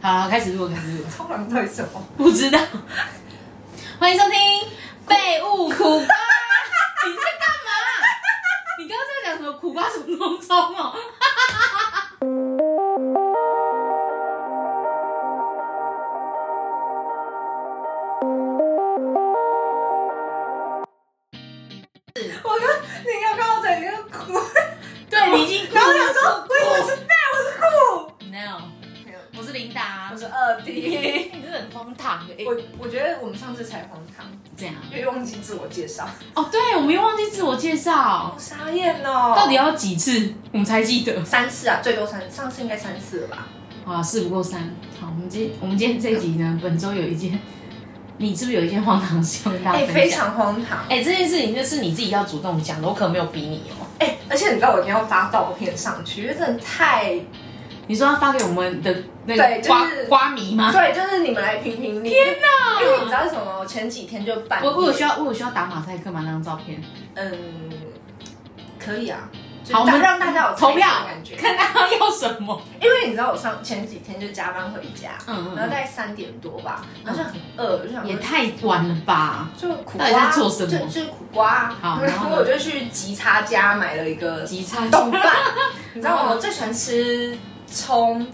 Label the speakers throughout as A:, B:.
A: 好，开始录，开始录，
B: 冲浪对什么？
A: 不知道。欢迎收听《废物 苦瓜》，你在干嘛？你刚刚在讲什么苦瓜什么东中哦？
B: 我跟你要看我整个哭，
A: 对，你已经哭了。
B: 然后想说，我以为是那，我是哭。
A: No，我是琳达
B: 我。是二 D。
A: 你真的很荒唐哎、
B: 我我觉得我们上次才荒唐，
A: 这样
B: 因为忘记自我介绍，
A: 哦，对，我们又忘记自我介绍
B: 好，傻眼哦。
A: 到底要几次我们才记得？
B: 三次啊？最多三，上次应该三次了吧？
A: 啊，事不过三。好，我们今我们今天这一集呢，本周有一件，你是不是有一件荒唐事要跟大家分
B: 哎、
A: 享？
B: 非常荒唐。
A: 哎、这件事情就是你自己要主动讲的，我可没有逼你哦。
B: 哎、而且你知道我一定要发照片上去，因为真的太……
A: 你说要发给我们的那
B: 对
A: 个
B: 就
A: 瓜、
B: 是
A: 瓜迷吗？
B: 对，就是你们来评评理。天哪！因为你知道什么？我前几天就办，
A: 我我有需要我有需要打马赛克吗？那张照片？
B: 嗯，可以啊。
A: 好，我们
B: 让大家有
A: 投票
B: 猜拳的感觉，
A: 看大家要什么。
B: 因为你知道我上前几天就加班回家，
A: 嗯
B: 然后大概三点多吧，然后就很饿，我就想
A: 也
B: 说
A: 太晚了吧？
B: 就苦
A: 到底
B: 瓜，
A: 在做什么
B: 就就是苦瓜。
A: 好然
B: 然
A: 后
B: 后
A: 呢
B: 我就去吉差家买了一个
A: 集餐
B: 冻饭， 你知道
A: 嗯
B: 吗？我最喜欢吃葱，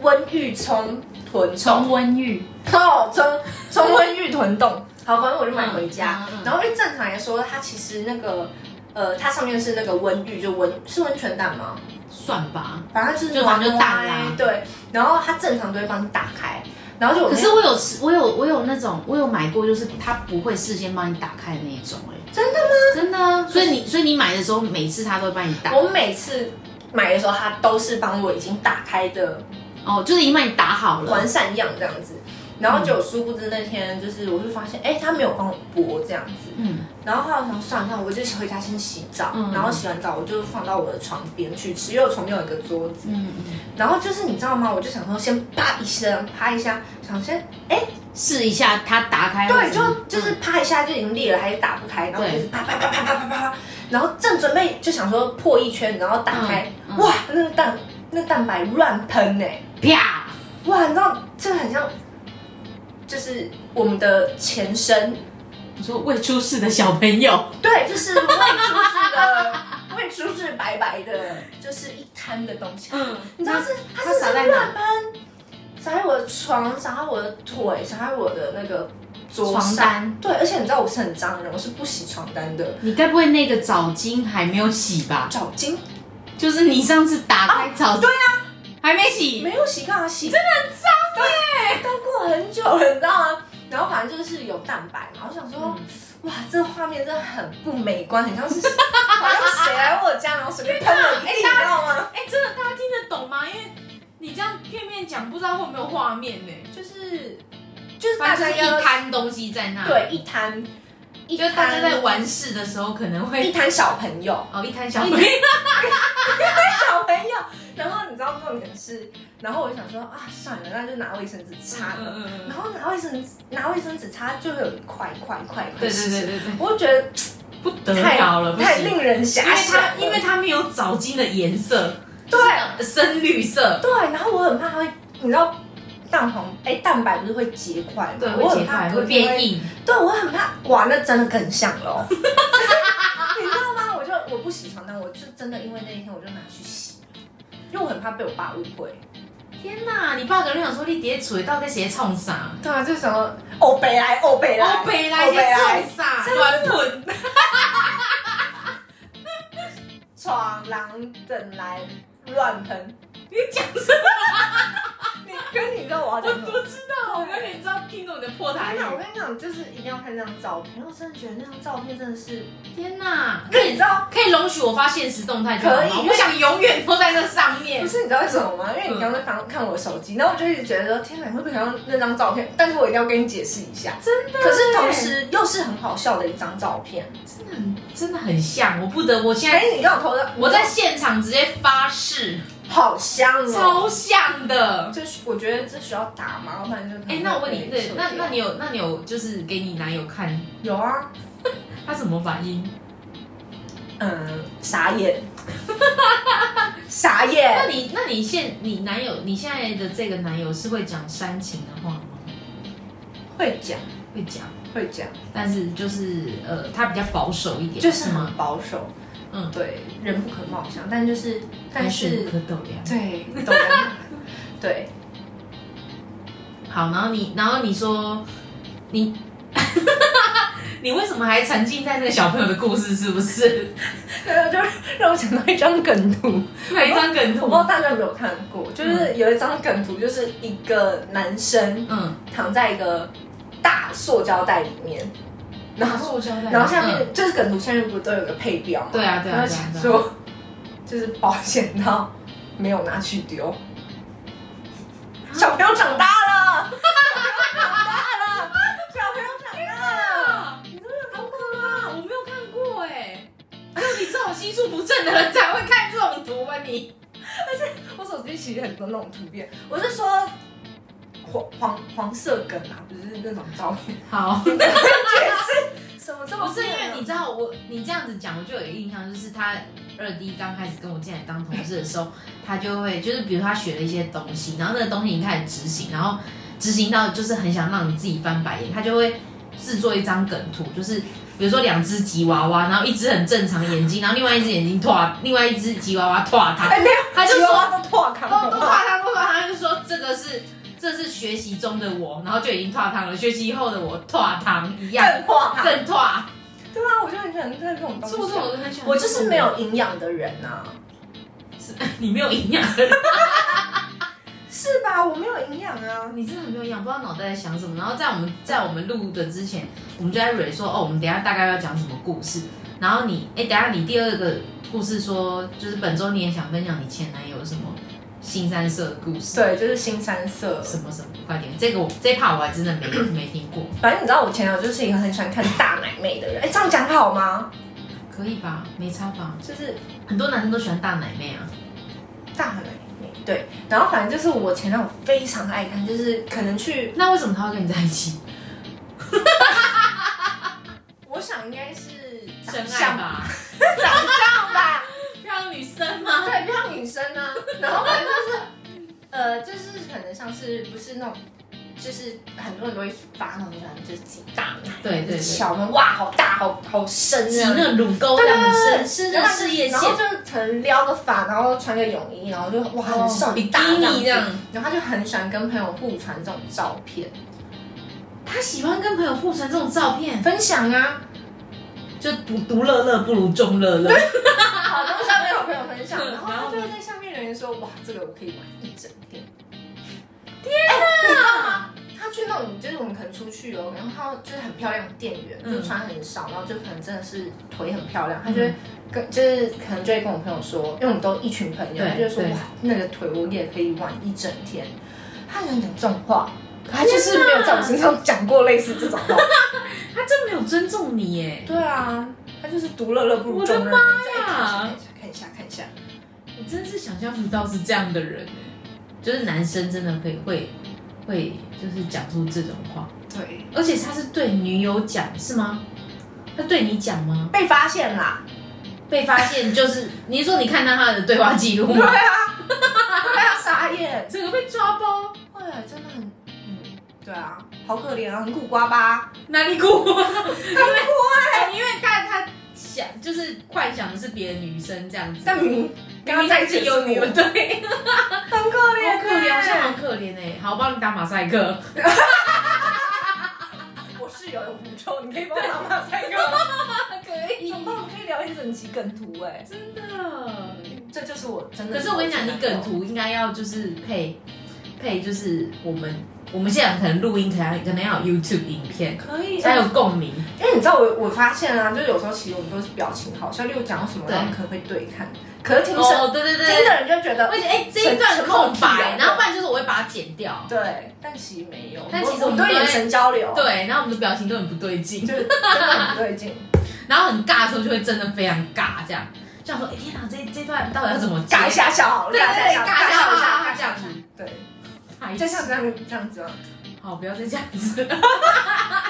B: 温玉葱豚
A: 重
B: 冻，
A: 温浴，
B: 哦，葱葱温玉豚冻。好，反正我就买回家
A: 嗯嗯嗯，
B: 然后因为正常来说，它其实那个。呃，它上面是那个温玉，就温是温泉蛋吗？
A: 算吧。
B: 反正就是
A: 就反正就蛋
B: 打
A: 啦
B: 对。然后它正常都会帮你打开，然后就我
A: 可
B: 那
A: 是我有吃，我有我有那种，我有买过，就是它不会事先帮你打开的那一种、哎，
B: 真
A: 的吗？真的啊。所以你所以你买的时候，每次它都会帮你打，
B: 我每次买的时候，它都是帮我已经打开的
A: 哦，就是已经帮你打好了
B: 完。善样这样子。然后就殊不知那天就是，我就发现，哎、他没有帮我剥这样子。
A: 嗯，
B: 然后后来我想算了算了，我就回家先洗澡，
A: 嗯
B: 然后洗完澡我就放到我的床边去吃，因为我床边有一个桌子。
A: 嗯，嗯
B: 然后就是你知道吗？我就想说先啪一声，啪一下，想先哎，
A: 试一下它打开或
B: 对，
A: 什么。
B: 就就是啪一下就已经裂了，还打不开，然后就是啪啪啪啪啪啪啪，啪然后正准备就想说破一圈，然后打开，
A: 嗯嗯
B: 哇，那个蛋那蛋白乱喷哎、
A: 嗯啪，
B: 哇，你知道这很像，就是我们的前身，
A: 你说未出世的小朋友，
B: 对，就是未出世的未出世白白的，就是一滩的东西。
A: 嗯，
B: 你知道是它
A: 它
B: 是
A: 洒在哪？
B: 乱喷，洒在我的床，洒在我的腿，洒在我的那个桌
A: 床
B: 上。
A: 单。
B: 对，而且你知道我是很脏的人，我是不洗床单的。
A: 你该不会那个澡巾还没有洗吧？
B: 澡巾
A: 就是你上次打开澡、对啊，还没洗。
B: 没有洗，干嘛洗？真的很脏哎，都过很久了，你知道吗？然后反正就是有蛋白嘛，我想说，
A: 嗯
B: 哇，这画面真的很不美观，很像是好像谁来我家然后随便喷了一地，你知道吗？
A: 哎、真的，大家听得懂吗？因为你这样片面讲，不知道会没有画面呢、
B: 就是就是大
A: 反正就
B: 家
A: 是
B: 要
A: 一滩东西在那，，
B: 对一摊一
A: 就大家在玩事的时候可能
B: 一
A: 会
B: 摊小朋友
A: 哦一滩小朋友，
B: 小朋友，然后你知道重点是，然后我就想说啊，算了，那就拿卫生纸擦了。
A: 嗯嗯嗯
B: 然后拿卫生纸拿卫生纸擦就会有一块一块一块一块
A: 对对
B: 湿
A: 对
B: 湿，
A: 对对，
B: 我就觉得
A: 不得了了，不
B: 太
A: 行。
B: 令人
A: 因
B: 遐
A: 为
B: 想
A: 它
B: 了。
A: 因为它没有澡巾的颜色，
B: 对
A: 深绿色，
B: 对，啊然后我很怕它会，你知道蛋黄哎、蛋白不是会结块吗？
A: 对，会
B: 我很
A: 结
B: 怕
A: 块，会变
B: 硬。
A: 硬。
B: 对，我很怕，哇，那真的更像 了哦。你知道吗？我就我不洗床单，我就真的因为那一天我就拿去洗，因为我很怕被我爸误会。
A: 天哪，你爸可能想说你叠嘴到底谁冲啥？
B: 对啊，就是什么欧北来，欧北来，
A: 我北来些冲啥？
B: 真
A: 乱喷。
B: 闯狼等来乱喷。
A: 你讲什么？
B: 你跟你知道我要
A: 我
B: 讲什么？
A: 不知道，我根本知道听懂你的破
B: 我跟
A: 台
B: 你讲，我
A: 语。
B: 跟你讲，就是一定要看那张照片。我真的觉得那张照片真的是，
A: 天哪，
B: 可以你知道，
A: 可以容许我发现实动态就好
B: 可
A: 吗
B: 以？
A: 我不想永远都在那上面
B: 不。是你知道为什么吗？因为你刚刚在翻看我的手机，然后我就一直觉得说，天哪，你会不会想要那张照片？但是我一定要跟你解释一下，
A: 真的耶
B: 可是同时又是很好笑的一张照片。
A: 真的很真的很像，我不得我现
B: 哎
A: 在，
B: 你刚好投的，
A: 我在现场直接发誓，
B: 好香哦。
A: 超像的。
B: 就是我觉得这需要打吗？不然就可能
A: 哎、那我问你，
B: 会被
A: 对，那
B: 射掉
A: 那你有那你有就是给你男友看，
B: 有啊？
A: 他什么反应？
B: 嗯，傻眼，傻
A: 那
B: 眼。
A: 你那你现你男友你现在的这个男友是会讲煽情的话吗？
B: 会讲，
A: 会讲，
B: 会讲，
A: 但是就是呃，他比较保守一点，
B: 就是
A: 吗
B: 很？保守。
A: 嗯
B: 对，人不可貌相，但就是，但
A: 但是
B: 是
A: 不，可斗量。
B: 对，懂了。 对，
A: 好，然后你然后你说你。 你为什么还沉浸在那个小朋友的故事？是不 是？
B: 对，就让我想到一张梗图。嗯
A: 哪一张梗
B: 我
A: 图
B: 不知？道大家有没有看过，就是有一张梗图，就是一个男生
A: 嗯，
B: 躺在一个大塑胶袋里面，然后
A: 塑胶袋
B: 然后下
A: 嗯
B: 面、就是梗图下面不都有个配标吗？
A: 对啊对啊
B: 然后
A: 对啊
B: 想
A: 对啊
B: 说就是保险套没有拿去丢，小朋友长大了， 小朋友长大了，
A: 啊你真的好可怕！我没有看过 哎、那你这种心术不正的人才会看这种图吧你？
B: 我手机其实很多那种图片，我是说黄黄黄色梗啊，不是那种照 片，
A: 好，
B: 什么这么
A: 不是因为你
B: 你
A: 知道我，你这样子讲，我就有一个印象，就是他二弟刚开始跟我进来当同事的时候，他就会就是比如他学了一些东西，然后那个东西你开始执行，然后执行到就是很想让你自己翻白眼，他就会制作一张梗图，就是。比如说两只吉娃娃，然后一只很正常眼睛，然后另 外一只眼睛拓，另外一只吉娃娃拓它，
B: 哎没有，
A: 他就
B: 吉
A: 说
B: 娃娃都破康
A: 都都跨汤，都跨汤，就说这个是这是学习中的我，然后就已经跨汤了。学习后的我跨汤一样，
B: 更破汤，
A: 更跨。
B: 对啊，我就很喜欢看这种东
A: 是不是
B: 西
A: 我
B: 啊。
A: 都很喜欢？
B: 我就是没，有营养的人啊，
A: 你没有营养的人，
B: 是吧？我没有营养啊。
A: 你真的很没有营养，不知道脑袋在想什么。然后在我们在我们录的之前，我们就在蕊说哦，我们等一下大概要讲什么故事。然后你哎，等一下你第二个故事说，就是本周你也想分享你前男友什么新三色的故事。
B: 对，就是新三色。
A: 什么什么，快点！这个我这一 part 我还真的没没听过，
B: 反正你知道，我前男友就是一个很喜欢看大奶妹的人。哎、这样讲好吗？
A: 可以吧？没差吧？
B: 就是
A: 很多男生都喜欢大奶妹啊，
B: 大奶妹，对。然后反正就是我前男友非常爱看，就是可能去，
A: 那为什么他会跟你在一起？
B: 我想应该是
A: 真
B: 长
A: 爱
B: 相，
A: 吧，
B: 长相吧，
A: 漂亮女生吗？
B: 对，漂亮女生啊。 然后反正就是，呃，就是可能像是不是那种。就是很多人都会发那种喜欢就是挤大奶，
A: 对对对
B: 小门哇，好大，好好深
A: 挤
B: 啊，
A: 那乳沟这
B: 对对
A: 样
B: 对
A: 子，
B: 对，
A: 深
B: 然
A: 深
B: 后
A: 事业线
B: 然，后就可能撩个发，然后穿个泳衣，然后就哇很瘦
A: 比
B: 很
A: 基
B: 大
A: 尼这
B: 这样
A: 样
B: 子。。然后他就很喜欢跟朋友互传这种照片，
A: 他喜欢跟朋友互传这种照片，
B: 分享啊，
A: 就独独乐乐不如众乐乐。
B: 好东西没有朋友分享，
A: 嗯
B: 然 后
A: 然
B: 他
A: 后
B: 就
A: 呢
B: 会在下面留言说，哇，这个我可以玩一整天。
A: 哎
B: 天哪！你知道吗？他去那种就是我们可能出去哦，然后他就是很漂亮的店员，
A: 嗯
B: 就穿很少，然后就可能真的是腿很漂亮，他就会跟就是可能就会跟我朋友说，因为我们都一群朋友，
A: 对
B: 他就说
A: 对
B: 哇，那个腿我也可以玩一整天。他很讲这种话，可他就是没有在我身上讲过类似这种话。
A: 他真没有尊重你耶！
B: 对啊，他就是独乐乐不如
A: 我的
B: 众乐乐。
A: 妈呀
B: 看一下，看一下，看一下，
A: 我真是想象不到是这样的人耶，就是男生真的会会会就是讲出这种话，
B: 看一下对，
A: 而且他是对女友讲是吗？他对你讲吗？
B: 被发现啦。
A: 被发现就是你是说你看到他的对话记录
B: 对
A: 吗？
B: 啊，对啊，傻眼。
A: 整个被抓包。
B: 哎呀，真的很，嗯，对啊，好可怜啊，很苦瓜吧？
A: 哪 里哭？因为哎因为他他想就是幻想的是别的女生这样子，
B: 但明明刚刚在一起
A: 有
B: 有
A: 女
B: 你
A: 友，
B: 们，
A: 对，
B: 很可怜，啊
A: 好可怜，好像。很可怜哎。好，我帮你打马赛克。
B: 我室友有狐臭，你可以帮我打马赛克。
A: 可以
B: 怎么办？我们 可以聊一整集梗图哎。
A: 真的。
B: 这就是我真的。
A: 可是我跟你讲，你梗，图应该要就是配配，就是我们我们现在可能录音，可能可能要有 YouTube 影片
B: 可以啊
A: 才有共鸣。
B: 因哎为你知道我我发现啊，就是有时候其实我们都是表情好笑，例如讲到什么，
A: 对
B: 然后可能会对看，可是听声、
A: 哦，对对对，
B: 听的人就觉得
A: 我会觉得哎这一段
B: 沉默
A: 空
B: 屁啊
A: 白，然后不然就是我会把它剪掉。
B: 对，但其实没有，
A: 但其实我
B: 我
A: 们
B: 们都
A: 都会
B: 眼神交流，，
A: 对，然后我们的表情都很不对劲。
B: 就是真的很对劲。
A: 然后很尬的时候就会真的非常尬，这样就想说，哎、天哪，这这段到底要怎么接
B: 尬一？下笑好了，
A: 对对对尬一
B: 尬一
A: 下
B: 下
A: 好
B: 好
A: 了
B: 了，
A: 这样子
B: 对，
A: 太
B: 就像这样这样子吗？啊
A: 好，不要再这样子了。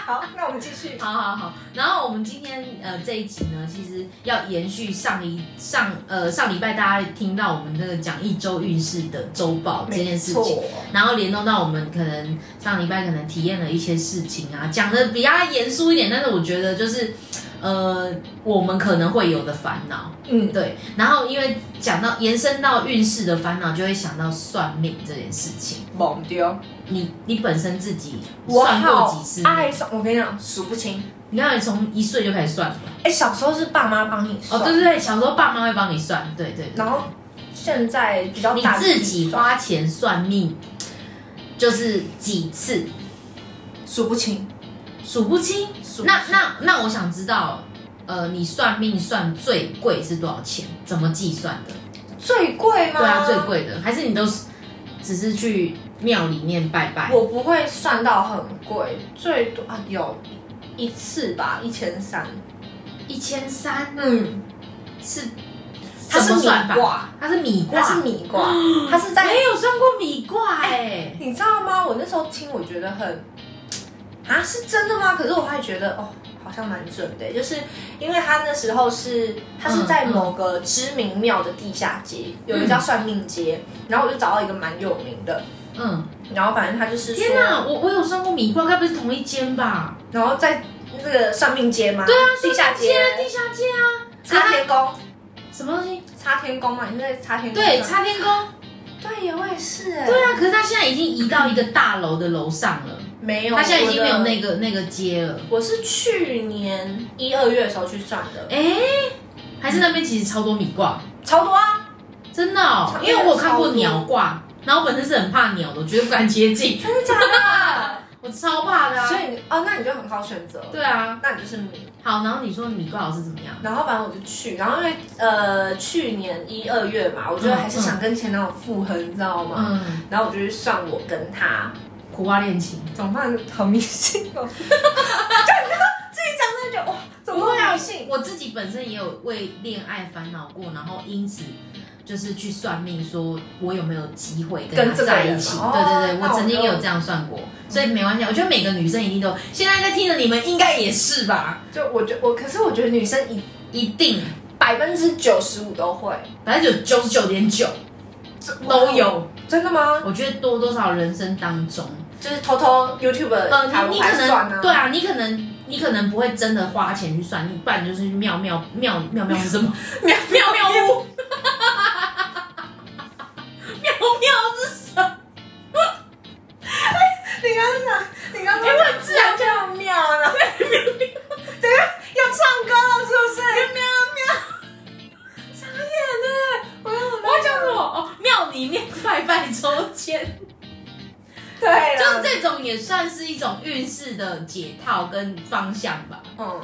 B: 好，那我们继续。
A: 好好好，然后我们今天呃这一集呢，其实要延续上一上呃上礼拜大家听到我们那个讲一周运势的周报这件事
B: 没
A: 情，
B: 错，
A: 然后联动到我们可能上礼拜可能体验了一些事情啊，讲的比较严肃一点，但是我觉得就是呃我们可能会有的烦恼，
B: 嗯，
A: 对，然后因为讲到延伸到运势的烦恼，就会想到算命这件事情，
B: 猛丢。
A: 你你本身自己
B: 我
A: 算过
B: 好
A: 几次命？
B: 爱算，我跟你讲，数不清。
A: 你看你从一岁就开始算了吧。
B: 哎，小时候是爸妈帮你
A: 哦，
B: 算，
A: 对对对，小时候爸妈会帮你算，对对对。
B: 然后现在比较
A: 你
B: 大，
A: 自己花钱算命，就是几次
B: 数不清。
A: 数不清。
B: 数不清
A: 那那那我想知道，呃，你算命算最贵是多少钱？怎么计算的？
B: 最贵吗？
A: 对啊，最贵的，还是你都是只是去庙里面拜拜？
B: 我不会算到很贵，最多啊有一次吧，一千三。
A: 一千三
B: 嗯，
A: 是
B: 它
A: 怎
B: 是
A: 么
B: 米
A: 算法？
B: 卦，
A: 它是米卦，
B: 它是米卦，它是在
A: 没有算过米卦哎、
B: 你知道吗？我那时候听，我觉得很啊，是真的吗？可是我还觉得哦，好像蛮准的，欸就是因为他那时候是他是在
A: 嗯嗯
B: 某个知名庙的地下街，有一个叫算命街，然后我就找到一个蛮有名的，
A: 嗯，
B: 然后反正他就是
A: 天
B: 说，
A: 哪，我我有算过米卦，该不是同一间吧？
B: 然后在那个算命街嘛，
A: 对啊，
B: 地下街
A: 地下街啊，
B: 擦
A: 啊
B: 天宫，
A: 什么东西？哎
B: 擦天宫嘛，你是在擦天宫
A: 对，
B: 吗
A: 擦天宫。
B: 对呀，我也是哎，
A: 对啊，可是他现在已经移到一个大楼的楼上了，
B: 没有，
A: 他现在已经没有那
B: 个，
A: 个那个街了。
B: 我是去年一二月的时候去算的，
A: 哎，还是那边其实超多米卦，
B: 超多啊。
A: 真的哦、
B: 超
A: 因为我有看过鸟卦，然后我本身是很怕鸟的，我绝对不敢接近，
B: 真的假的？
A: 我超怕的、啊。
B: 所以你哦，那你就很好选择。，
A: 对啊，
B: 那你就是你。
A: 好，然后你说米卦老师怎么样？
B: 然后反正我就去，然后因为呃去年一二月嘛，我觉得还是想跟前男友复合，你知道吗？
A: 嗯，
B: 然后我就去算我跟他，
A: 苦瓜恋情。
B: 怎么办？好迷信 哦！就你知道自己讲那就哇，怎么会迷信？
A: 我自己本身也有为恋爱烦恼过，然后因此就是去算命，说我有没有机会跟
B: 跟
A: 他
B: 这个
A: 在一
B: 人
A: 起。
B: 哦
A: 对对对，
B: 那
A: 我
B: 我
A: 曾经
B: 就
A: 也有这样算过，所以没关系。我觉得每个女生一定都，现在在听的你们应该也是吧？
B: 就我觉我，可是我觉得女生一
A: 一定
B: 百分之九十五都会
A: 百分之九十九点九
B: 哦
A: 都，有。
B: 真的吗？
A: 我觉得多多少人生当中，
B: 就是偷偷 YouTube
A: 呃，
B: 塔
A: 你
B: 罗
A: 你可
B: 牌算
A: 能
B: 啊，
A: 对啊，你可能。你可能不会真的花钱去算，你不然就是去妙妙妙妙妙是什 么？
B: 妙
A: 妙妙屋，妙 妙是什么？
B: 你刚刚讲，你刚刚讲自然就有妙了，等一下要唱歌了是不是？喵喵，傻眼呢！我
A: 我要讲什么？哦，庙里面拜拜抽签，
B: 对啊啦，
A: 就是这种也算是一种运势的解套跟方向吧。
B: 嗯，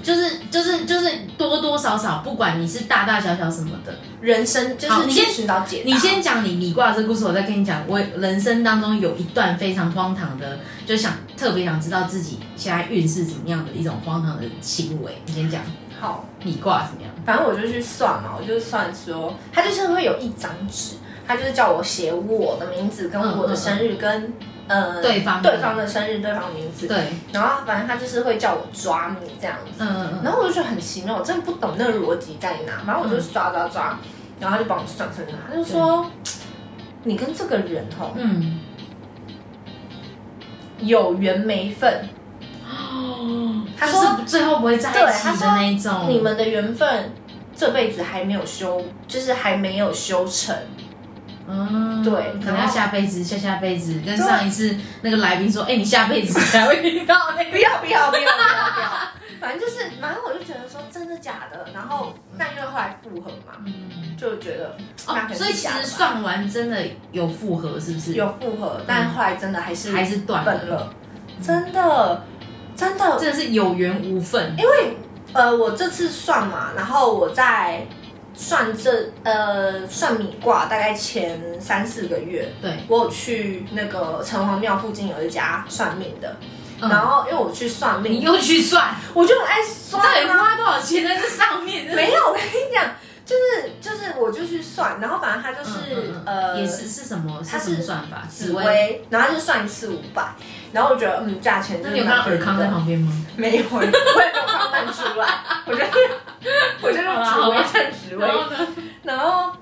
A: 就是就是就是多多少少，不管你是大大小小什么的，
B: 人生就
A: 好
B: 是
A: 你
B: 你
A: 先
B: 先寻找解答
A: 你先讲你米卦这故事，我再跟你讲。我人生当中有一段非常荒唐的，就想特别想知道自己现在运势怎么样的一种荒唐的行为。你先讲
B: 好，
A: 米卦怎么样？
B: 反正我就去算嘛，我就算说，他就是会有一张纸，他就是叫我写我的名字跟
A: 嗯
B: 我的
A: 嗯
B: 生日跟呃
A: 对方
B: 对方的生日对方的名字，
A: 对，
B: 然后反正他就是会叫我抓你这样子。
A: 嗯嗯嗯，
B: 然后我就觉得很奇妙，我真的不懂那个逻辑在哪。然后我就抓抓抓，
A: 嗯
B: 然后他就帮我算算算，他就说你跟这个人哦
A: 嗯。
B: 有缘没分，
A: 哦，
B: 他
A: 就是
B: 说
A: 最后不会在一起
B: 对他
A: 的
B: 说
A: 那一种，
B: 你们的缘分这辈子还没有修，就是还没有修成。
A: 嗯，
B: 对
A: 可能
B: 然
A: 要
B: 后
A: 下辈子，下下辈子，跟
B: 对
A: 上一次那个来宾说，哎、你下辈子才会遇到那
B: 不
A: 个。
B: 要不要不要不要 不要，反正就是，反正我就觉得说真的假的。然后但因为后来复合嘛，
A: 嗯，
B: 就觉得那可
A: 哦，
B: 能
A: 所以
B: 是
A: 其
B: 假的
A: 实
B: 吧
A: 算完真的有复合，是不是？
B: 有复合，但后来真的还是
A: 还是断
B: 分了，真的真的
A: 真的是有缘无分。
B: 因为呃，我这次算嘛，然后我在算这呃算米卦，大概前三四个月，
A: 对，
B: 我有去那个城隍庙附近有一家算命的，
A: 嗯
B: 然后因为我去算
A: 你
B: 命，
A: 又去算，
B: 我就很爱算
A: 到底
B: 啊，
A: 花多少钱在这上面？
B: 没有，我跟你讲，就就是就是我就去算，然后反正他就是、
A: 嗯嗯嗯
B: 呃
A: 也是是什么？
B: 它
A: 是
B: 是
A: 什么算法？
B: 紫。薇，然后他就算一次五百，然后我觉得嗯价钱
A: 那
B: 真
A: 你
B: 的
A: 有看到尔康
B: 蛮便宜
A: 在
B: 的，
A: 旁边吗？
B: 没有，我也没有看漫出来，我就是我就是
A: 好吧好吧
B: 紫薇看紫薇，
A: 呢？
B: 然后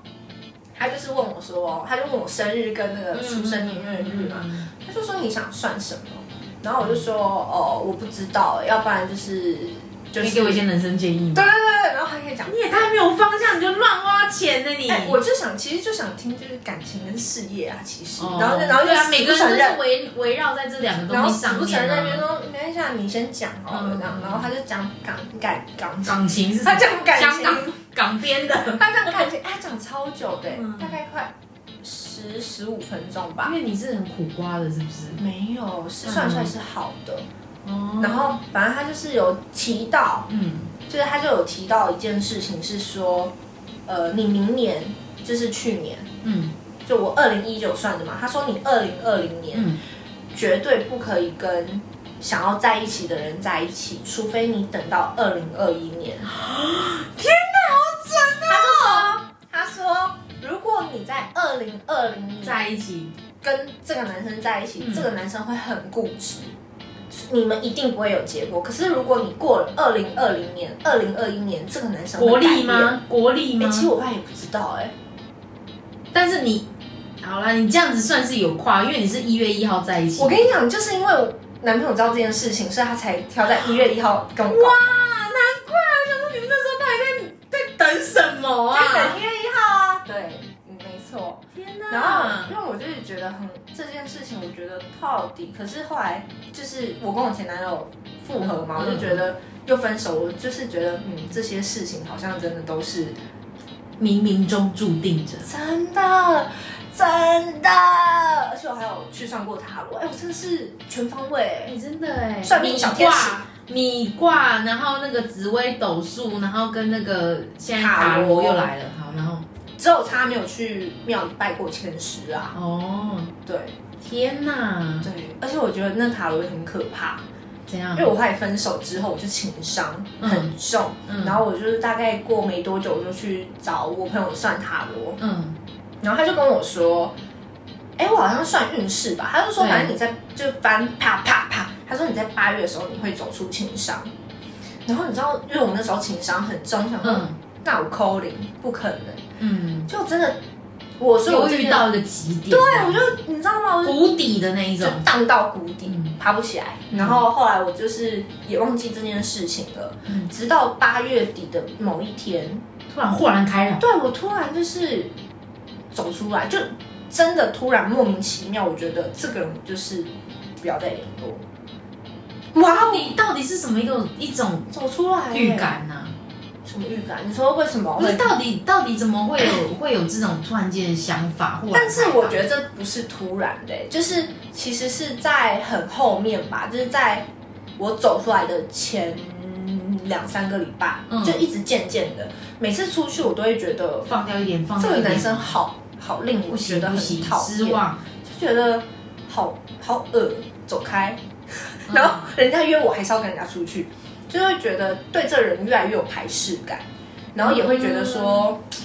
B: 他就是问我说，他就问我生日跟那个出生年月
A: 嗯
B: 日嘛，他就说你想算什么，然后我就说哦我不知道，要不然就是就
A: 可以
B: 是
A: 给我一些人生建议吗
B: 对？对对，对然后他可以讲。
A: 你也太没有方向，你就乱花钱呢、你。
B: 哎，我就想，其实就想听就是感情跟事业啊，其实，
A: 哦
B: 然后就然后就
A: 对啊，
B: 死
A: 每
B: 不
A: 个人
B: 承
A: 都
B: 认
A: 是，围围绕在这两个东
B: 然后
A: 西
B: 死
A: 上
B: 不承
A: 面
B: 认，就
A: 啊。
B: 说没关系，啊，你先讲好了
A: 嗯
B: 这样，然后他就讲感感感情，
A: 港情是什
B: 他
A: 么
B: 讲感
A: 香
B: 情，
A: 港港边 的，
B: 他讲感情，哎他讲超久的
A: 嗯，
B: 大概快十十五分钟
A: 因
B: 吧。
A: 为你是很苦瓜的，是不是？
B: 没有，是
A: 嗯
B: 算出来是好的。
A: 哦
B: 然后反正他就是有提到，
A: 嗯
B: 就是他就有提到一件事情是说，呃，你明年就是去年，
A: 嗯
B: 就我二零一九算的嘛，他说你二零二零年
A: 嗯，
B: 绝对不可以跟想要在一起的人在一起，除非你等到二零二一年。
A: 天哪，好准啊！
B: 他说，如果你在二零二零年
A: 在一起，
B: 跟这个男生在一起，
A: 嗯
B: 这个男生会很固执，你们一定不会有结果。可是如果你过了二零二零年、二零二一年，这个男生会
A: 国力
B: 改变？
A: 吗？国力
B: 哎、
A: 吗？
B: 其实我爸也不知道哎、
A: 但是你，好啦，你这样子算是有跨，因为你是一月一号在一起。
B: 我跟你讲，就是因为我男朋友知道这件事情，所以他才挑在一月一号跟我
A: 哇
B: 告，
A: 难怪，我想说你们那时候到底在在等什么
B: 在
A: 啊？
B: 等一月一号啊。对，嗯没错。
A: 天哪！
B: 然后，因为我就是觉得很这件事情，我觉得到底，可是后来就是我跟我前男友复合嘛，
A: 嗯
B: 我就觉得又分手，我就是觉得嗯，这些事情好像真的都是
A: 冥冥中注定着。
B: 真的，真的，而且我还有去算过塔罗，哎，我真的是全方位，
A: 你真的哎，
B: 算命小天使
A: 米卦，米卦，然后那个紫微斗数，然后跟那个现在塔
B: 塔罗
A: 罗又来了，好，然后
B: 只有他没有去庙里拜过前十啊，
A: 哦，
B: 对
A: 天哪，
B: 对，而且我觉得那塔罗很可怕，
A: 怎样
B: 因为？我后来分手之后，我就情伤很重。
A: 嗯
B: 然后我就是大概过没多久，我就去找我朋友算塔罗，
A: 嗯，
B: 然后他就跟我说，哎，我好像算运势吧，他就说
A: 对
B: 反正你在就翻啪啪啪，他说你在八月的时候你会走出情商，然后你知道，因为我那时候情商很重，想说、
A: 嗯
B: 那我扣零不可能，
A: 嗯，
B: 就真的，我所以我
A: 又
B: 就
A: 遇
B: 觉得，
A: 到一个极点，
B: 对我就你知道吗？我就
A: 谷底的那一
B: 就
A: 种，
B: 荡到谷底，
A: 嗯
B: 爬不起来。
A: 嗯
B: 然后后来我就是也忘记这件事情了，
A: 嗯
B: 直到八月底的某一天，
A: 突然豁然开朗，
B: 对我突然就是走出来，就真的突然莫名其妙，我觉得这个人就是不要再联络。哇哦，
A: 你到底是什么一个一种
B: 走出来耶
A: 预？感
B: 哎
A: 呢？
B: 什么预感？你说为什么
A: 不是
B: 会？
A: 到底到底怎么会有会有这种突然间的想法？或者
B: 但是我觉得这不是突然的、欸就是其实是在很后面吧，就是在我走出来的前两三个礼拜，
A: 嗯
B: 就一直渐渐的，每次出去我都会觉得
A: 放掉一点，放
B: 这
A: 掉
B: 个
A: 一点
B: 男生好好令
A: 不
B: 我觉
A: 行
B: 得
A: 不
B: 很
A: 行，
B: 讨
A: 失
B: 厌，
A: 望，
B: 就觉得好好恶，走开。
A: 嗯
B: 然后人家约我还是要跟人家出去，就会觉得对这人越来越有排斥感，然后也会觉得说，
A: 嗯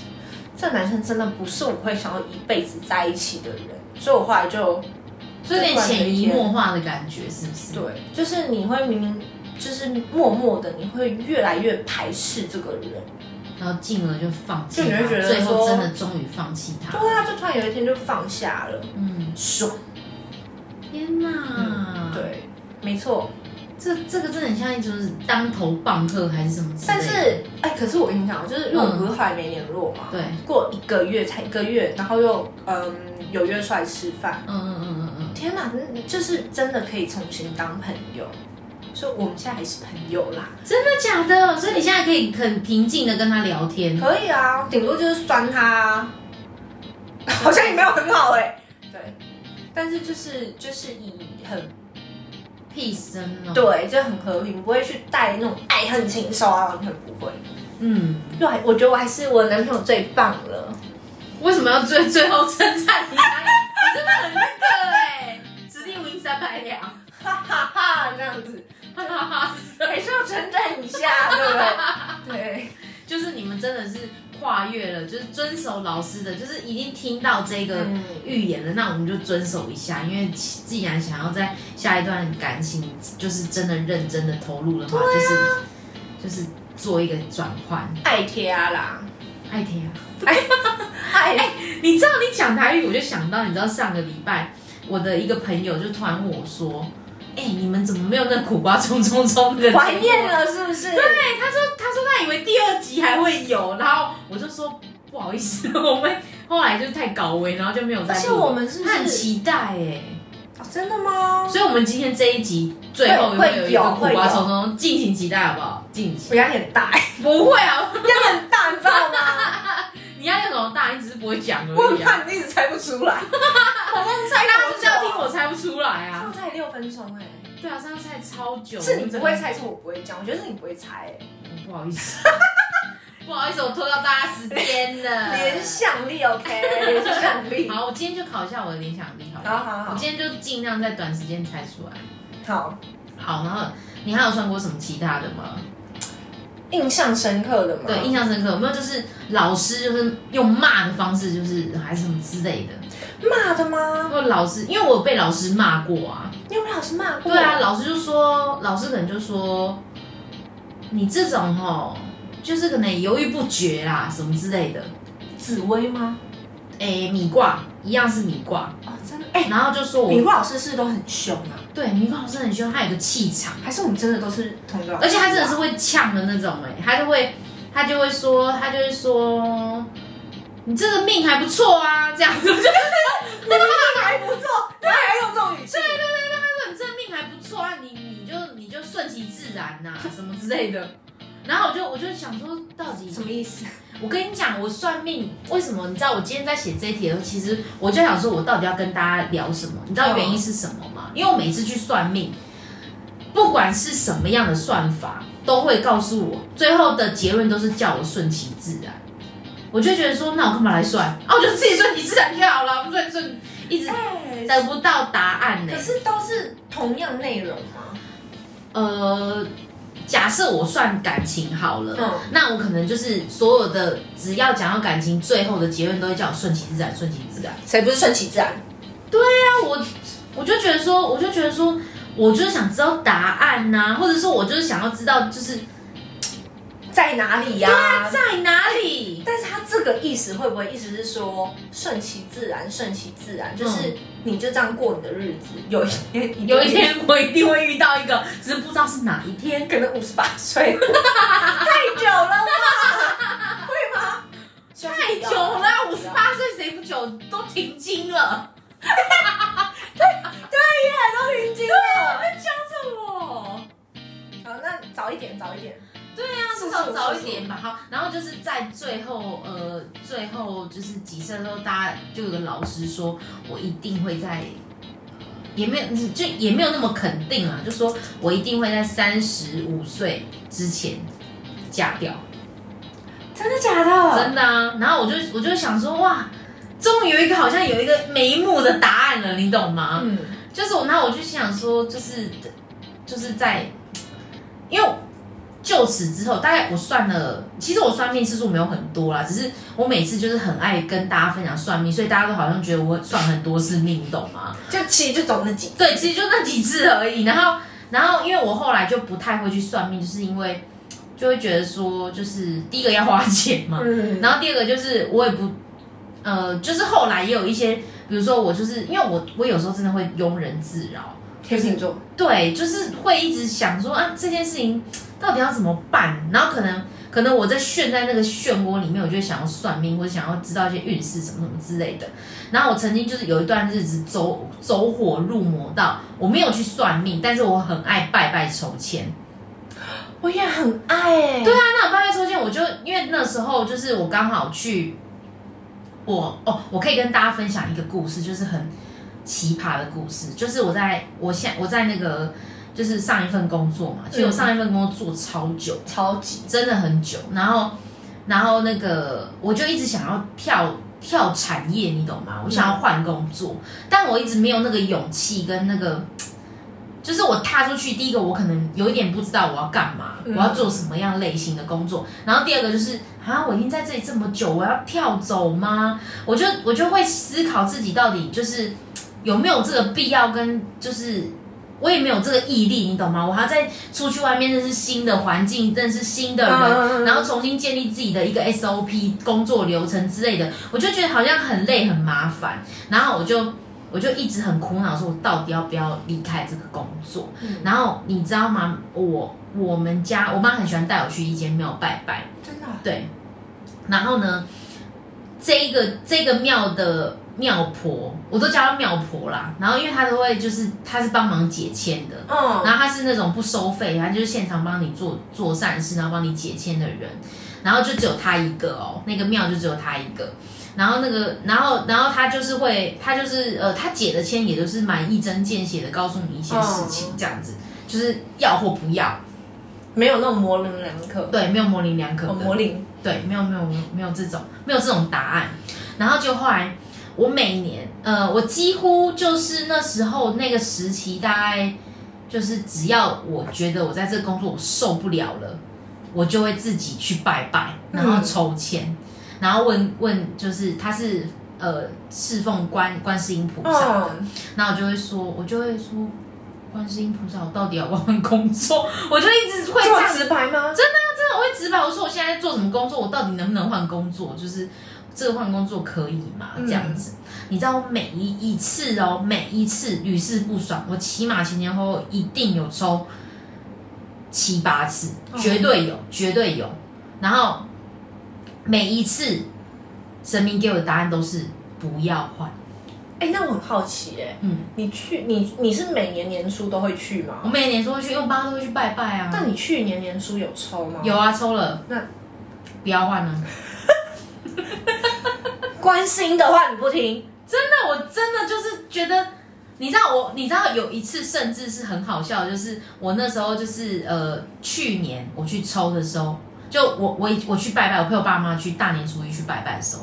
B: 这男生真的不是我会想要一辈子在一起的人，所以我后来就
A: 所以有点潜移默化的感觉，是不是？
B: 对，就是你会明明就是默默的，你会越来越排斥这个人。
A: 然后进而就放弃
B: 就你
A: 他，
B: 会觉得
A: 最后
B: 说
A: 真的终于放弃他。
B: 对啊，就突然有一天就放下了，
A: 嗯，
B: 爽。
A: 天哪，，
B: 嗯对，没错。
A: 这这个真的很像一种当头棒喝还是什么之类的
B: 但是哎，可是我跟你讲，就是因为我们不是后来没联络嘛，
A: 对，
B: 过一个月才一个月，然后又嗯有约出来吃饭。
A: 嗯嗯嗯嗯
B: 天哪，那就是真的可以重新当朋友，所以我们现在还是朋友啦。
A: 嗯，真的假的？所以你现在可以很平静的跟他聊天，
B: 可以啊，顶多就是酸他、啊，好像也没有很好哎、对，但是就是就是以很
A: peace 的那种。，
B: 对，就很和平，不会去带那种爱恨情仇啊，完全不会。
A: 嗯，
B: 又还我觉得我还是我男朋友最棒了。
A: 为什么要最最后称赞你？你真的很那个哎，直立无影三百两，
B: 哈哈哈，这样子
A: 哈哈哈。
B: 哎还是要称赞一下，对不对？对，
A: 就是你们真的是跨越遵守老师的，就是已经听到这个
B: 嗯
A: 预言了，那我们就遵守一下，因为既然想要在下一段感情就是真的认真的投入的话，就是就是做一个转换。
B: 爱贴啊啦，
A: 爱听啊！
B: 爱、
A: 你知道你讲台语，我就想到，你知道上个礼拜我的一个朋友就突然问我说：“哎、你们怎么没有那苦瓜冲冲冲的
B: 怀念了是不是？对，
A: 对，他说他说他以为第二集还会有，然后我就说不好意思，我们后来就太高危，然后就没有再
B: 而
A: 录。
B: 且我们是不
A: 他很
B: 是？
A: 期待哎，
B: 啊真的吗？
A: 所以我们今天这一集最后有
B: 会
A: 没有一个苦
B: 会有啊
A: 瓜虫虫，敬请期待好不好？敬
B: 我
A: 请。
B: 压力很大，
A: 不会啊，
B: 压力很大，你知 道吗？
A: 你要有什么大，你只是不会讲而
B: 我很
A: 已啊。
B: 怕你一直猜不出来，我忘记猜
A: 大家
B: 多
A: 就是
B: 久
A: 要
B: 啊
A: 听我猜不出来
B: 上
A: 啊。
B: 菜六分钟哎、
A: 对啊，上次猜超久，
B: 是你不会
A: 猜，
B: 猜，是我不会讲。我觉得是你不会猜、
A: 哦不好意思， 不好意思，我拖到大家时间了。
B: 哎，联想力 OK，联想力。
A: 好，我今天就考一下我的联想力好了。
B: 好好
A: 我
B: 好
A: 今天就尽量在短时间猜出来。
B: 好，
A: 好，然后你还有算过什么其他的吗？
B: 印象深刻的嘛？
A: 对，印象深刻有没有？就是老师就是用骂的方式，就是还是什么之类的。
B: 骂的吗？
A: 或老师，因为我有被老师骂过啊。
B: 你有被老师骂过？
A: 对啊，，老师就说，老师可能就说，你这种吼，就是可能犹豫不决啦，什么之类的。
B: 紫薇吗？
A: 诶，哎米卦一样是米卦，
B: 哦，真的，哎、
A: 然后就说
B: 米
A: 我
B: 花老师是不是都很凶啊？
A: 对米卦老师很凶，他有个气场。
B: 还是我们真的都是同一个老师？
A: 而且他真的是会呛的那种哎、他就会他就会说他就会说你这个命还不错啊，这 样子，我就
B: 还不错，对，还用这种语气，
A: 说你这命还不错啊，你你就你就顺其自然呐、什么之类的。然后我就我就想说，到底
B: 什么意思？
A: 我跟你讲，我算命为什么？你知道我今天在写这一题的时候，其实我就想说，我到底要跟大家聊什么？你知道原因是什么
B: 嗯
A: 吗？因为我每次去算命，不管是什么样的算法，都会告诉我最后的结论都是叫我顺其自然。我就觉得说，那我干嘛来算？啊，我就自己顺其自然就好了，不顺顺一直
B: 哎
A: 得不到答案呢、
B: 可是都是同样内容吗？
A: 呃，假设我算感情好了，
B: 嗯
A: 那我可能就是所有的只要讲到感情，最后的结论都会叫我顺其自然，顺其自然。
B: 谁不是顺其自然？
A: 那我我就觉得说，我就觉得说，我就是想知道答案呐、或者说我就是想要知道就是
B: 在哪里呀、
A: 在哪里。
B: 啊但是他这个意思会不会意思是说顺其自然，顺其自然，就是你就这样过你的日子，嗯有一天，
A: 有一天我一定会遇到一个，只是不知道是哪一天。
B: 可能五十八岁，太久了吧？会吗？
A: 太久
B: 啊
A: 了，五十八岁谁不久都停经了？
B: 对呀，都临近了。
A: 讲什么？
B: 好，那早一点，早一点，啊
A: 至少早一点吧。好，然后就是在最后，呃，最后就是几次的时候，大家就有个老师说，我一定会在，也没有嗯就也没有那么肯定啊，就说我一定会在三十五岁之前嫁掉，
B: 真的假的？
A: 真的啊。然后我就我就想说，哇，终于有一个好像有一个眉目的答案了，你懂吗？
B: 嗯，
A: 就是我，那我就想说，就是就是在，因为就此之后，大概我算了，其实我算命次数没有很多啦，只是我每次就是很爱跟大家分享算命，所以大家都好像觉得我算很多次命，你懂吗？
B: 就其实就走那几，
A: 对，其实就那几次而已。然后，然后因为我后来就不太会去算命，就是因为就会觉得说，就是第一个要花钱嘛，
B: 嗯，
A: 然后第二个就是我也不，呃，就是后来也有一些，比如说我就是因为我我有时候真的会庸人自扰。
B: 天秤座，
A: 对，就是会一直想说啊，这件事情到底要怎么办？然后可能可能我在陷在那个漩涡里面，我就会想要算命，或者想要知道一些运势什么什么之类的。然后我曾经就是有一段日子走走火入魔到我没有去算命，但是我很爱拜拜抽签。
B: 我也很爱、欸，
A: 对啊，那我拜拜抽签，我就因为那时候就是我刚好去，我哦，我可以跟大家分享一个故事，就是很奇葩的故事，就是我在我现我在那个就是上一份工作嘛，其实我上一份工作做超久，
B: 超级，
A: 真的很久，然后然后那个我就一直想要跳。跳产业，你懂吗？我想要换工作，但我一直没有那个勇气跟那个，就是我踏出去，第一个我可能有一点不知道我要干嘛，
B: 嗯
A: 我要做什么样类型的工作，然后第二个就是啊，我已经在这里这么久，我要跳走吗？我就我就会思考自己到底就是嘖有没有这个必要，跟就是我也没有这个毅力，你懂吗？我还要再出去外面认识新的环境，认识新的人，
B: 嗯
A: 然后重新建立自己的一个 SOP 工作流程之类的，我就觉得好像很累很麻烦，然后我就我就一直很苦恼，说我到底要不要离开这个工作？
B: 嗯
A: 然后你知道吗？我我们家我妈很喜欢带我去一间庙拜拜，
B: 真的啊、
A: 对，然后呢，这一个这个庙的庙婆，我都叫她庙婆啦，然后因为她都会就是她是帮忙解签的，
B: 嗯，
A: 然后他是那种不收费，他就是现场帮你做做善事，然后帮你解签的人，然后就只有他一个哦，那个庙就只有他一个。然后那个，然后然后他就是会，他就是呃，他解的签也就是蛮一针见血的告诉你一些事情
B: 哦，
A: 这样子，就是要或不要，
B: 没有那种模棱两可，
A: 对，没有模棱两可
B: 哦，
A: 的，
B: 模棱，
A: 对，没有没有没有没有这种没有这种答案。然后就后来我每年呃，我几乎就是那时候那个时期，大概就是只要我觉得我在这个工作我受不了了，我就会自己去拜拜，然后
B: 嗯
A: 抽签，然后问问就是他是呃侍奉观观世音菩萨的，
B: 嗯，
A: 然后我就会说，我就会说。观世音菩萨，我到底要不要换工作？ 我就一直会
B: 这
A: 这
B: 么
A: 样
B: 直白吗？
A: 我会直白，我说我现在在做什么工作，我到底能不能换工作？就是这个换工作可以吗？
B: 嗯
A: 这样子，你知道我每一一次哦，每一次屡试不爽，我起码前前后后一定有抽七八次，
B: 哦
A: 绝对有，绝对有。然后每一次神明给我的答案都是不要换，
B: 哎、那我很好奇、哎，
A: 嗯，
B: 你去，你你是每年年初都会去
A: 我
B: 吗？
A: 每年都会去，因为我爸都会去拜拜啊。
B: 但你去年年初有抽吗？
A: 有啊，抽了，
B: 那
A: 不要换啊。
B: 关心的话你不听，
A: 真的，我真的就是觉得，你知道我，你知道有一次甚至是很好笑的，就是我那时候就是呃，去年我去抽的时候，就我我我去拜拜，我陪我爸妈去大年初一去拜拜的时候。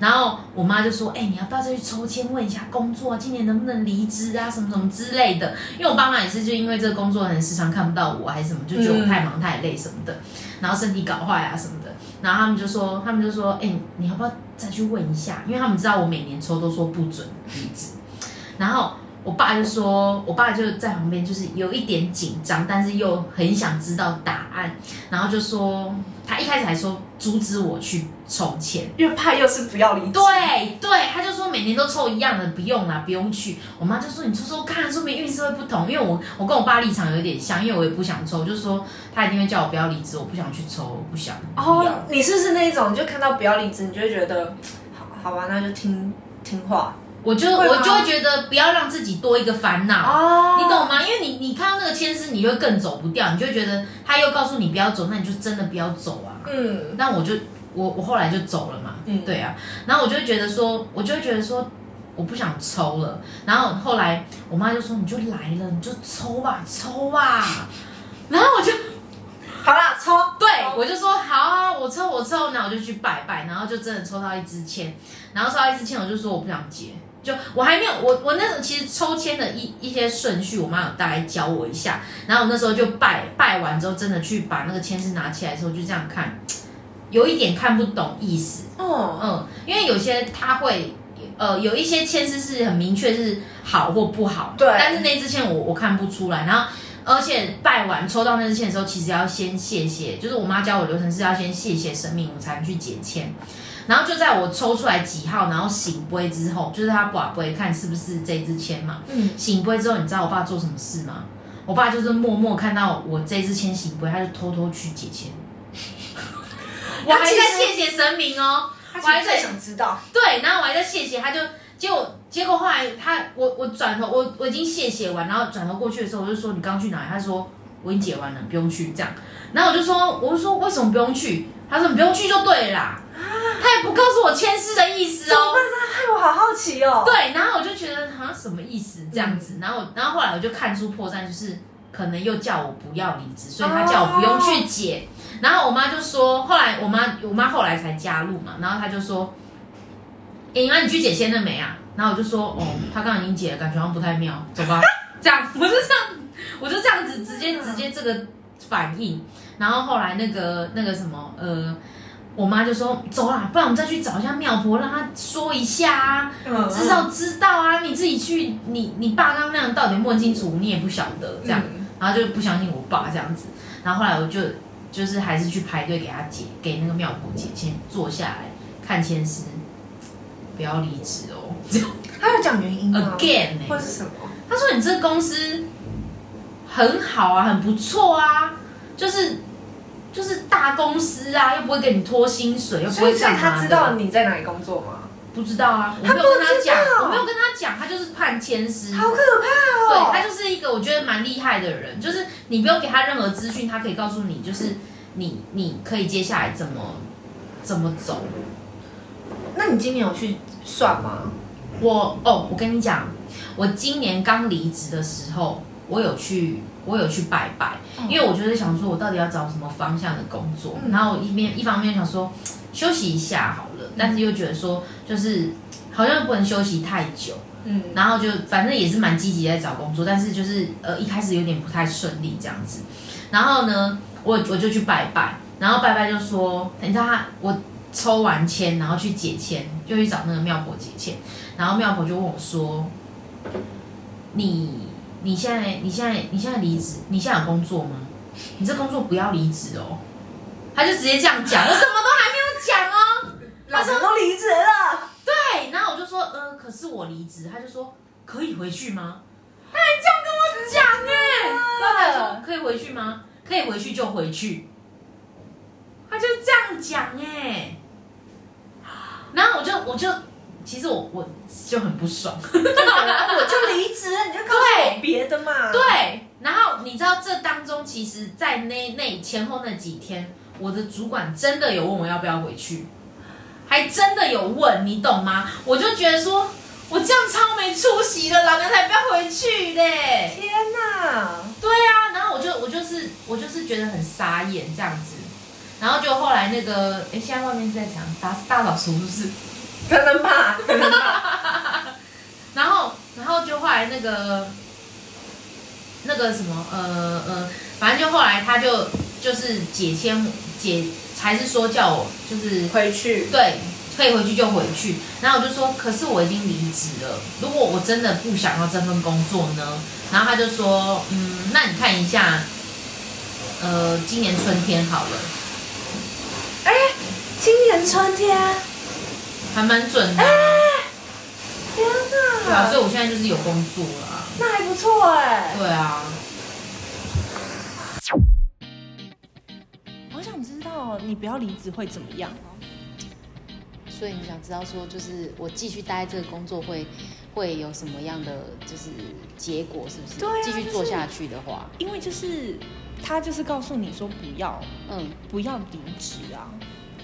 A: 然后我妈就说：“哎、你要不要再去抽签问一下工作啊？今年能不能离职啊？什么什么之类的。”因为我爸妈也是就因为这个工作，很时常看不到我，还是什么，就觉得我太忙太累什么的，然后身体搞坏啊什么的。然后他们就说，他们就说：“哎、你要不要再去问一下？”因为他们知道我每年抽都说不准离职。然后我爸就说，我爸就在旁边，就是有一点紧张，但是又很想知道答案，然后就说他一开始还说阻止我去抽签。
B: 越怕又是不要理。
A: 对对，他就说每年都抽一样的，不用啦，不用去。我妈就说你抽抽看，说明运势会不同。因为我我跟我爸立场有点像，因为我也不想抽，就说他一定会叫我不要离职，我不想去抽，我不想。不要
B: 哦，你是不是那一种，你就看到不要离职，你就会觉得，好，好吧，那就听听话。
A: 我就
B: 会吗
A: 我就会觉得不要让自己多一个烦恼。
B: 哦
A: 你懂吗？因为你你看到那个签诗，你会更走不掉，你就会觉得他又告诉你不要走，那你就真的不要走啊。
B: 嗯，
A: 那我就我我后来就走了嘛，
B: 嗯
A: 对啊，然后我就会觉得说，我就会觉得说。我不想抽了，然后后来我妈就说：“你就来了，你就抽吧，抽吧。”然后我就
B: 好啦，抽。
A: 对
B: 抽
A: 我就说：“好啊，我抽，我抽。”然后我就去拜拜，然后就真的抽到一支签，然后抽到一支签，我就说我不想结，就我还没有我我那时候其实抽签的一一些顺序，我妈有大概教我一下，然后我那时候就拜拜完之后，真的去把那个签是拿起来的时候，就这样看，有一点看不懂意思，
B: 哦，
A: 嗯，因为有些它会。呃，有一些签是是很明确是好或不好，
B: 对
A: 但是那支签我我看不出来，然后而且拜完抽到那支签的时候，其实要先谢谢，就是我妈教我流程是要先谢谢神明，我才能去解签。然后就在我抽出来几号，然后醒杯之后，就是他把杯看是不是这支签嘛。
B: 嗯，
A: 醒杯之后，你知道我爸做什么事吗？我爸就是默默看到我这支签醒杯，他就偷偷去解签。我还在谢谢神明哦，
B: 他
A: 我还
B: 其实
A: 在
B: 最想知道。
A: 对，然后我还在谢谢他就，结果结果后来他我我转头我我已经谢谢完，然后转头过去的时候我就说你刚去哪里？他说我已经解完了，不用去这样。然后我就说我就说为什么不用去？他说你不用去就对了啦，他也不告诉我签诗的意思
B: 怎么
A: 哦
B: 办。啊？害我好好奇哦。
A: 对，然后我就觉得好像什么意思这样子，然后然后后来我就看出破绽，就是可能又叫我不要离职，所以他叫我不用去解。然后我妈就说，后来我妈我妈后来才加入嘛，然后她就说，诶，那你去解签了没啊？然后我就说，哦，她刚刚已经解了，感觉好像不太妙，走吧，这样我就这样，我就这样子直接直接这个反应，然后后来那个那个什么呃，我妈就说走啦，不然我们再去找一下妙婆，让她说一下啊，
B: 嗯
A: 至少知道啊，你自己去，你你爸刚刚那样到底问清楚，你也不晓得
B: 嗯
A: 这样，然后就不相信我爸这样子，然后后来我就就是还是去排队给他解，给那个妙婆解签，坐下来看签师，不要离职哦
B: 他有讲原因吗
A: ，again 呢、
B: 嗯或是什么？
A: 他说你这公司很好啊，很不错啊，就是就是大公司啊，又不会给你拖薪水，又不
B: 所以
A: 会
B: 所以
A: 干嘛
B: 他
A: 的
B: 知道你在哪里工作吗？
A: 不知道啊，我
B: 他
A: 没有跟
B: 不
A: 他
B: 知
A: 讲，
B: 道
A: 我没有跟他讲，他就是判签师。
B: 好可怕
A: 对
B: 哦！
A: 他就是一个我觉得蛮厉害的人，就是你不用给他任何资讯，他可以告诉你，就是你你可以接下来怎么怎么走。
B: 那你今年有去算吗？
A: 我哦，我跟你讲，我今年刚离职的时候，我有去，我有去拜拜，
B: 嗯
A: 因为我就是想说，我到底要找什么方向的工作。
B: 嗯
A: 然后我一边一方面想说休息一下好了，但是又觉得说，就是好像不能休息太久。
B: 嗯，
A: 然后就反正也是蛮积极在找工作，但是就是呃一开始有点不太顺利这样子。然后呢，我我就去拜拜，然后拜拜就说，你知道他我抽完签，然后去解签，就去找那个妙婆解签，然后妙婆就问我说，你你现在你现在你现在离职，你现在有工作吗？你这工作不要离职哦。他就直接这样讲，我什么都还没有讲哦。
B: 老师都离职 了，
A: 对，然后我就说，呃，可是我离职，他就说可以回去吗？他还这样跟我讲哎、然后他说可以回去吗？可以回去就回去，他就这样讲哎、然后我就我就其实我我就很不爽，
B: 我就离职了，你就告诉我别的嘛。
A: 对，然后你知道这当中，其实，在那那前后那几天，我的主管真的有问我要不要回去，还真的有问，你懂吗？我就觉得说，我这样超没出息的，老娘才不要回去嘞。
B: 天哪！
A: 对啊，然后我就我就是我就是觉得很傻眼这样子，然后就后来那个，哎，现在外面是在讲大大扫除是不是？
B: 可能吧，可能吧。
A: 然后，然后就后来那个那个什么，呃呃，反正就后来他就就是解签解，还是说叫我就是
B: 回去，
A: 对，可以回去就回去。然后我就说，可是我已经离职了，如果我真的不想要这份工作呢？然后他就说，嗯，那你看一下，呃，今年春天好了，
B: 哎、今年春天，
A: 还蛮准的
B: 哎、
A: 啊，
B: 天
A: 对啊，所
B: 哪，
A: 以我现在就是有工作了啊。
B: 那还不错哎、
A: 对啊，
B: 我想知道你不要离职会怎么样哦？
C: 所以你想知道说，就是我继续待这个工作会会有什么样的就是结果，是不是？
D: 对啊
C: 继续
D: 就
C: 做
D: 是
C: 下去的话，
D: 因为就是他就是告诉你说不要
C: 嗯，
D: 不要离职啊，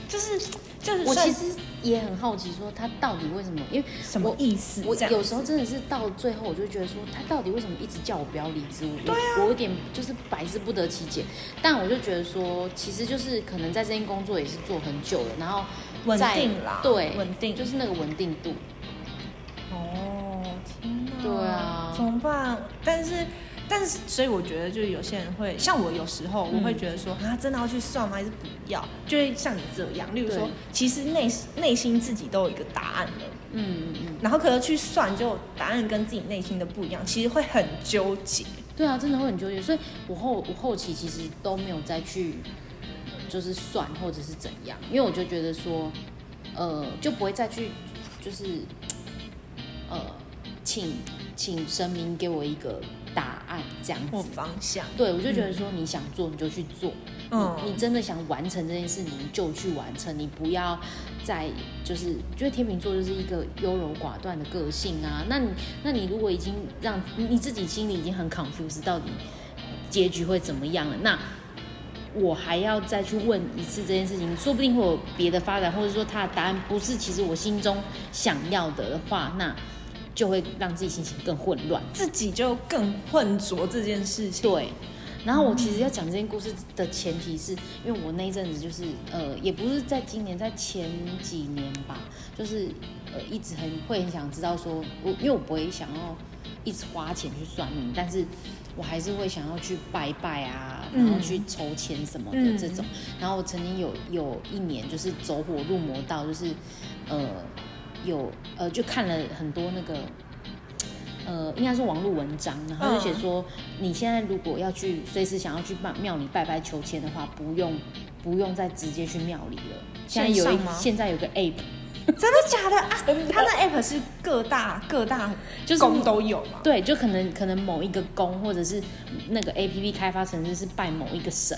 D: 就是就是
C: 我其
D: 算
C: 实也很好奇，说他到底为什么？因为
D: 什么
C: 我
D: 意思？
C: 我
D: 这样
C: 有时候真的是到最后，我就觉得说他到底为什么一直叫我不要离职？我对啊，我有点就是百思不得其解。但我就觉得说，其实就是可能在这份工作也是做很久了，然后
D: 稳
C: 在
D: 定啦，
C: 对，
D: 稳定
C: 就是那个稳定度。
D: 哦，天哪，
C: 对啊
D: 怎么办？但是。但是，所以我觉得，就是有些人会像我，有时候我会觉得说、啊，真的要去算吗？还是不要？就会像你这样，例如说
C: 嗯对，
D: 其实内内心自己都有一个答案了，
C: 嗯嗯嗯，
D: 然后可是去算，就答案跟自己内心的不一样，其实会很纠结。
C: 对啊，真的会很纠结。所以我后我后期其实都没有再去就是算或者是怎样，因为我就觉得说，呃，就不会再去就是呃请请神明给我一个答案这样
D: 或
C: 子。
D: 方向，
C: 对，我就觉得说你想做你就去做，
D: 嗯
C: 你你真的想完成这件事你就去完成，你不要再就是，觉得天秤座就是一个优柔寡断的个性啊。那你那你如果已经让你你自己心里已经很 confused，到底结局会怎么样了？那我还要再去问一次这件事情，说不定会有别的发展，或者说他的答案不是其实我心中想要的话，那就会让自己心情更混乱。
D: 自己就更混浊这件事情。
C: 对。然后我其实要讲这件故事的前提是，
A: 呃
C: 因为我那一阵子就是呃，也不是在今年，在前几年吧，就是呃一直很会很想知道说，我因为我不会想要
A: 一直花钱去算命，但是我还是会想要去拜拜啊，然后去抽签什么的
B: 嗯
A: 这种。然后我曾经有有一年就是走火入魔到就是，呃，有呃就看了很多那个。呃，应该是网络文章，然后就写
B: 嗯
A: 说，你现在如果要去随时想要去庙庙里拜拜求签的话，不用不用再直接去庙里了。现在有一
B: 线上吗
A: 现在有个 app，
B: 真的假的啊？它那 app 是各大各大
A: 就是
B: 宫都有嘛？
A: 对，就可能可能某一个宫，或者是那个 A P P 开发城市是拜某一个神，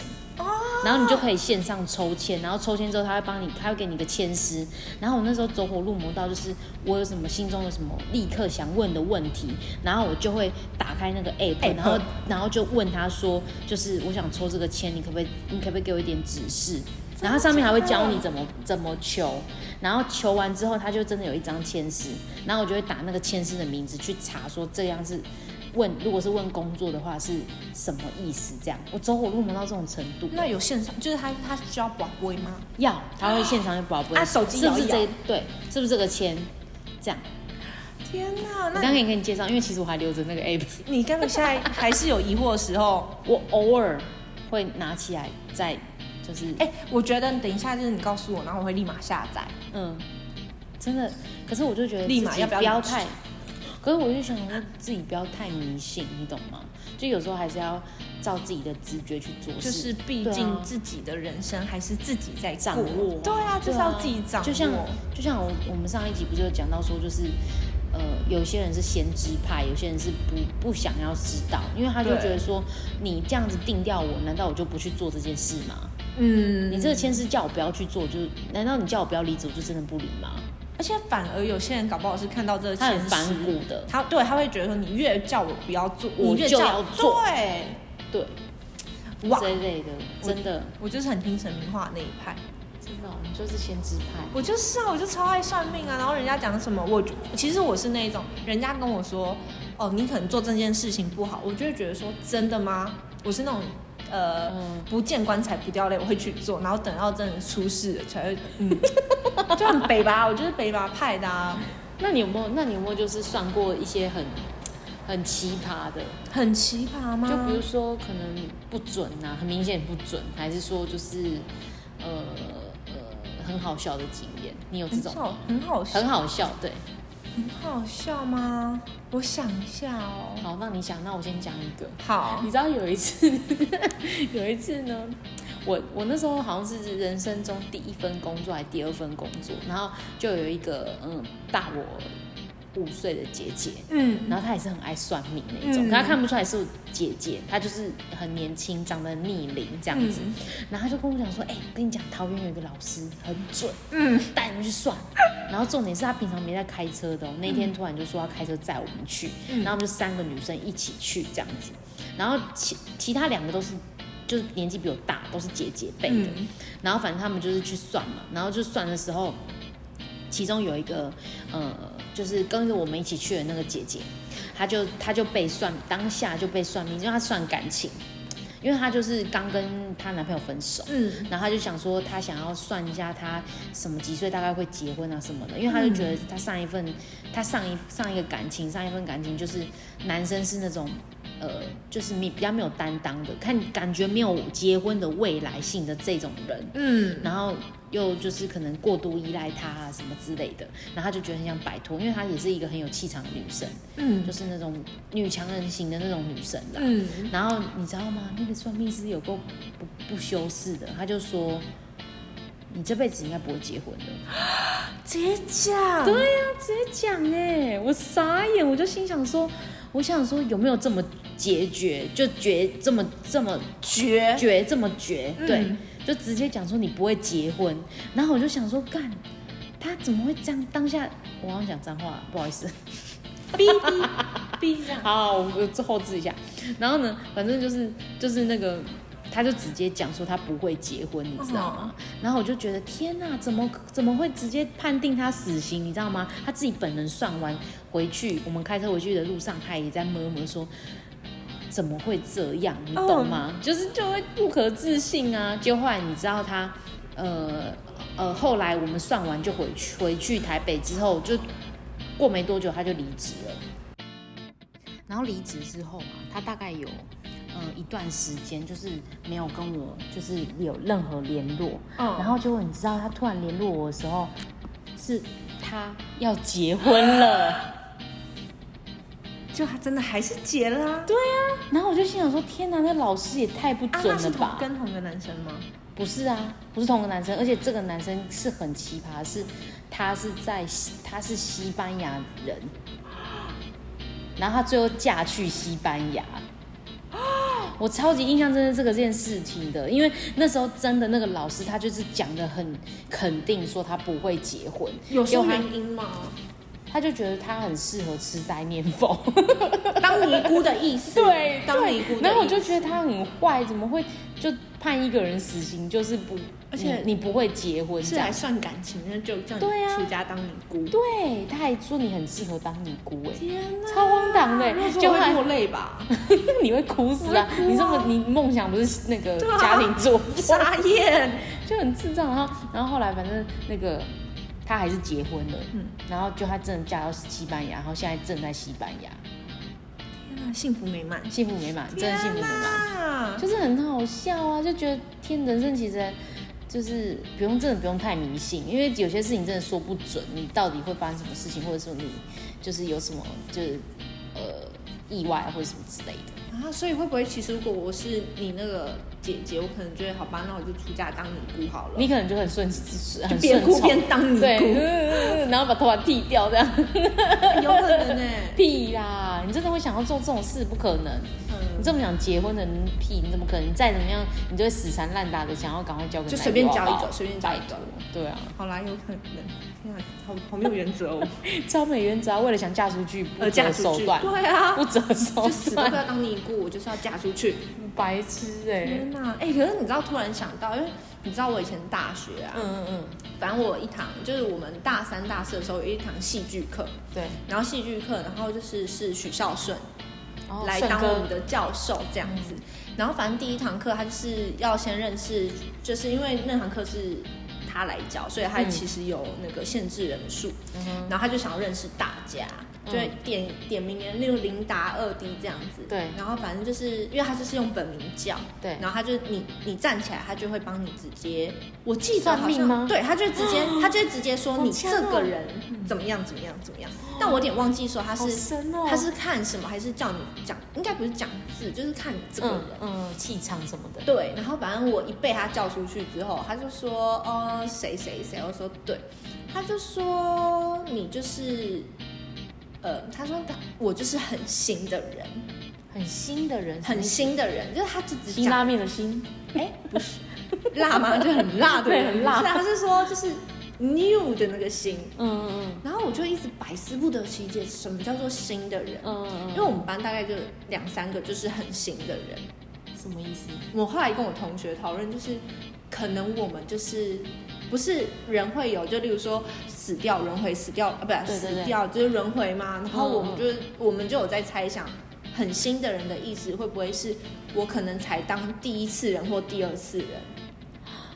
A: 然后你就可以线上抽签，然后抽签之后他会帮你，他会给你一个签诗。然后我那时候走火入魔到，就是我有什么心中有什么立刻想问的问题，然后我就会打开那个 A P P，
B: App
A: 然后然后就问他说，就是我想抽这个签，你可不可以你可不可以给我一点指示？然后上面还会教你怎么怎么求，然后求完之后，他就真的有一张签诗，然后我就会打那个签诗的名字去查，说这样是问，如果是问工作的话是什么意思？这样我走火入魔到这种程度，
B: 那有线上，就是它它需要保龟吗？
A: 要他会现场有宝贝，
B: 啊手机
A: 是不是
B: 摇一
A: 这
B: 摇
A: 对？是不是这个签？这样，
B: 天哪！
A: 我
B: 那
A: 刚刚也跟你介绍，因为其实我还留着那个 app，
B: 你该不会现在还是有疑惑的时候？
A: 我偶尔会拿起来再就是
B: 哎、我觉得等一下就是你告诉我，然后我会立马下载。
A: 嗯，真的，可是我就觉得
B: 立马
A: 自己
B: 要不
A: 不
B: 要
A: 要
B: 离
A: 太，可是我就想说自己不要太迷信，你懂吗？就有时候还是要照自己的直觉去做
B: 就
A: 事，
B: 是毕
A: 对啊
B: 竟自己的人生还是自己在
A: 掌
B: 过
A: 握啊
B: 对啊，就是要自己掌握。
A: 就像就像我我们上一集不是有讲到说，就是呃，有些人是先知派，有些人是不不想要知道，因为他就
B: 对
A: 觉得说你这样子定掉我，难道我就不去做这件事吗？
B: 嗯，
A: 你这个签是叫我不要去做，就是难道你叫我不要离职，我就真的不离吗？
B: 而且反而有些人搞不好是看到这个
A: 他很
B: 现实
A: 反骨的
B: 他对他会觉得说你越叫我不要做，
A: 我
B: 你越
A: 就
B: 叫
A: 要做
B: 对，
A: 对，
B: 哇
A: 这一类的，真的
B: 我就是很听陈明化那一派。
A: 真的，我们就是先知派。
B: 我就是啊，我就超爱算命啊。然后人家讲什么，我就其实我是那一种，人家跟我说，哦，你可能做这件事情不好，我就会觉得说，真的吗？我是那种。呃，
A: 嗯
B: 不见棺材不掉泪，我会去做，然后等到真的出事了才会， 嗯，就很北吧，我就是北吧派的啊，
A: 那你有没有？那你有没有就是算过一些很很奇葩的？
B: 很奇葩吗？
A: 就比如说可能不准呐、很明显不准，还是说就是呃呃很好笑的经验，你有这
B: 很
A: 种
B: 好，很好笑，
A: 很好笑，对，
B: 很好笑吗？我想一下哦。
A: 好，那你想，那我先讲一个，
B: 好
A: 你，知道有一次， 有一次呢，我我那时候好像是人生中第一份工作还是第二份工作，然后就有一个嗯大我五岁的姐姐，
B: 嗯，
A: 然后她也是很爱算命那一种，
B: 嗯
A: 可她看不出来是我姐姐，她就是很年轻，长得很逆龄这样子。
B: 嗯
A: 然后她就跟我讲说：“哎、我跟你讲，桃园有一个老师很准，
B: 嗯，
A: 带你们去算。”然后重点是她平常没在开车的、哦，那
B: 嗯
A: 天突然就说要开车载我们去，然后我们就三个女生一起去这样子。然后其其他两个都是就是年纪比我大，都是姐姐辈的。
B: 嗯
A: 然后反正他们就是去算嘛，然后就算的时候，其中有一个呃，就是跟着我们一起去的那个姐姐，她就她就被算，当下就被算命，因为她算感情，因为她就是刚跟她男朋友分手。
B: 嗯，
A: 然后她就想说，她想要算一下她什么几岁大概会结婚啊什么的，因为她就觉得她上一份，她上一上一个感情，上一份感情就是男生是那种，呃，就是你比较没有担当的，看感觉没有结婚的未来性的这种人，
B: 嗯，
A: 然后又就是可能过度依赖他啊什么之类的，然后他就觉得很想摆脱，因为她也是一个很有气场的女生，
B: 嗯，
A: 就是那种女强人型的那种女生啦。
B: 嗯，
A: 然后你知道吗？那个算命师有够不不修饰的，他就说。你这辈子应该不会结婚的。
B: 直接讲，
A: 对呀、直接讲哎、我傻眼，我就心想说，我想说有没有这么决绝，就决这么这么
B: 绝，
A: 绝这么绝，
B: 嗯
A: 对，就直接讲说你不会结婚，然后我就想说干，他怎么会这样？当下我好像讲脏话，不好意思，
B: 逼逼逼这样，
A: 好，我最后置一下。然后呢，反正就是就是那个，他就直接讲说他不会结婚，你知道吗？然后我就觉得天哪，怎么怎么会直接判定他死刑？你知道吗？他自己本人算完回去，我们开车回去的路上，他也在摸摸说。怎么会这样？你懂吗就是就会不可置信啊！就后来你知道他，呃呃，后来我们算完就回去回去台北之后，就过没多久他就离职了。然后离职之后嘛，他大概有呃一段时间就是没有跟我就是有任何联络，
B: 嗯
A: 然后结果你知道他突然联络我的时候，是他要结婚 了，
B: 就他真的还是结了啊。对
A: 然后我就心想说天哪，那老师也太不
B: 啊，
A: 准
B: 那是
A: 了
B: 同
A: 吧？
B: 跟同一个男生吗？
A: 不是啊，不是同个男生，而且这个男生是很奇葩，是他是在西他是西班牙人，然后他最后嫁去西班牙。我超级印象真的这个件事情的，因为那时候真的那个老师他就是讲的很肯定，说他不会结婚，
B: 有
A: 结
B: 说
A: 果他
B: 原因吗？
A: 他就觉得他很适合吃斋面包。
B: 当尼姑的意思。
A: 对，
B: 当
A: 对
B: 尼姑的意思。
A: 然后我就觉得他很坏，怎么会就判一个人死刑，就是不，
B: 而且
A: 你你不会结婚这
B: 是啊
A: 样
B: 来。算感情，那就叫你
A: 对啊
B: 出家当尼姑。
A: 对，他还说你很适合当尼 姑哎、
B: 天哪，
A: 超荒唐的、
B: 如果说
A: 就
B: 我会
A: 还
B: 落泪吧，
A: 你会哭死啊！
B: 我会哭啊
A: 你这么你梦想不是那个
B: 对啊
A: 家庭作风，
B: 傻眼。
A: 就很智障。然后然后后来反正那个他还是结婚了，
B: 嗯
A: 然后就他真的嫁到西班牙，然后现在正在西班牙，
B: 天哪，幸福美满，
A: 幸福美满，真的幸福美满，
B: 满
A: 就是很好笑啊！就觉得天人生其实。就是不用真的不用太迷信，因为有些事情真的说不准，你到底会发生什么事情，或者说你就是有什么就是呃意外或者什么之类的。
B: 啊，所以会不会其实如果我是你那个姐姐，我可能觉得好吧，那我就出家当尼姑好了。
A: 你可能就很顺，很
B: 边
A: 顺
B: 哭
A: 从，
B: 边当尼
A: 对嗯
B: 姑，
A: 嗯嗯，然后把头发剃掉这样，
B: 有可能欸呢、
A: 屁啦！你真的会想要做这种事？不可能！你
B: 嗯，
A: 这么想结婚的人屁，你怎么可能？你再怎么样，你就会死缠烂打的想要赶快交个
B: 就
A: 男
B: 随便
A: 友好
B: 交
A: 不
B: 一
A: 好
B: 个，随便交一
A: 拜
B: 个
A: 托。对啊，
B: 好啦，有可能。天啊，好好没有原则 哦，
A: 超美原则啊，为了想嫁出去，不
B: 呃，
A: 择
B: 嫁出
A: 手
B: 去，
A: 段，
B: 对啊
A: 不，择手
B: 就死都不
A: 段，
B: 要当尼姑，我就是要嫁出去。
A: 白痴哎、
B: 天哪、哎、可是你知道，突然想到，因为你知道我以前大学啊，
A: 嗯嗯嗯，
B: 反正我有一堂就是我们大三、大四的时候有一堂戏剧课，
A: 对，
B: 然后戏剧课，然后就是是许孝顺
A: 哦
B: 来
A: 顺
B: 当
A: 哥
B: 我们的教授这样子。然后反正第一堂课他就是要先认识，就是因为那堂课是他来教，所以他
A: 嗯
B: 其实有那个限制人数，
A: 嗯哼
B: 然后他就想要认识大家。
A: 嗯
B: 就会点点名人，例如琳达、二弟这样子。
A: 对
B: 然后反正就是因为他就是用本名叫，
A: 对，
B: 然后他就你你站起来，他就会帮你直接，我记得
A: 算
B: 好
A: 命
B: 像
A: 吗
B: 对，他就直接他就直接说
A: 好
B: 你
A: 强
B: 这
A: 哦
B: 个人怎么样怎么样怎么样，但我有点忘记说他
A: 好
B: 是
A: 深哦，
B: 他是看什么，还是叫你讲，应该不是讲字，就是看你这个
A: 嗯
B: 人。
A: 嗯气场什么的，
B: 对，然后反正我一被他叫出去之后，他就说，呃，谁谁谁，我说对，他就说你就是，呃，他说他我就是很新的人，
A: 很新的人，
B: 很新的人，就是他只只
A: 辛
B: 讲
A: 拉面的辛，
B: 辣 吗？就很辣的，
A: 对很辣
B: 是啊他是说就是 new 的那个新，
A: 嗯嗯
B: 然后我就一直百思不得其解，什么叫做新的人
A: 嗯？嗯，
B: 因为我们班大概就两三个就是很新的人。
A: 什么意思？
B: 我后来跟我同学讨论，就是可能我们就是不是人会有，就例如说死掉轮回，死掉啊，不
A: 对
B: 是
A: 对对
B: 死掉就是轮回嘛。然后
A: 嗯
B: 我们就、我们就有在猜想，很新的人的意思会不会是我可能才当第一次人或第二次人？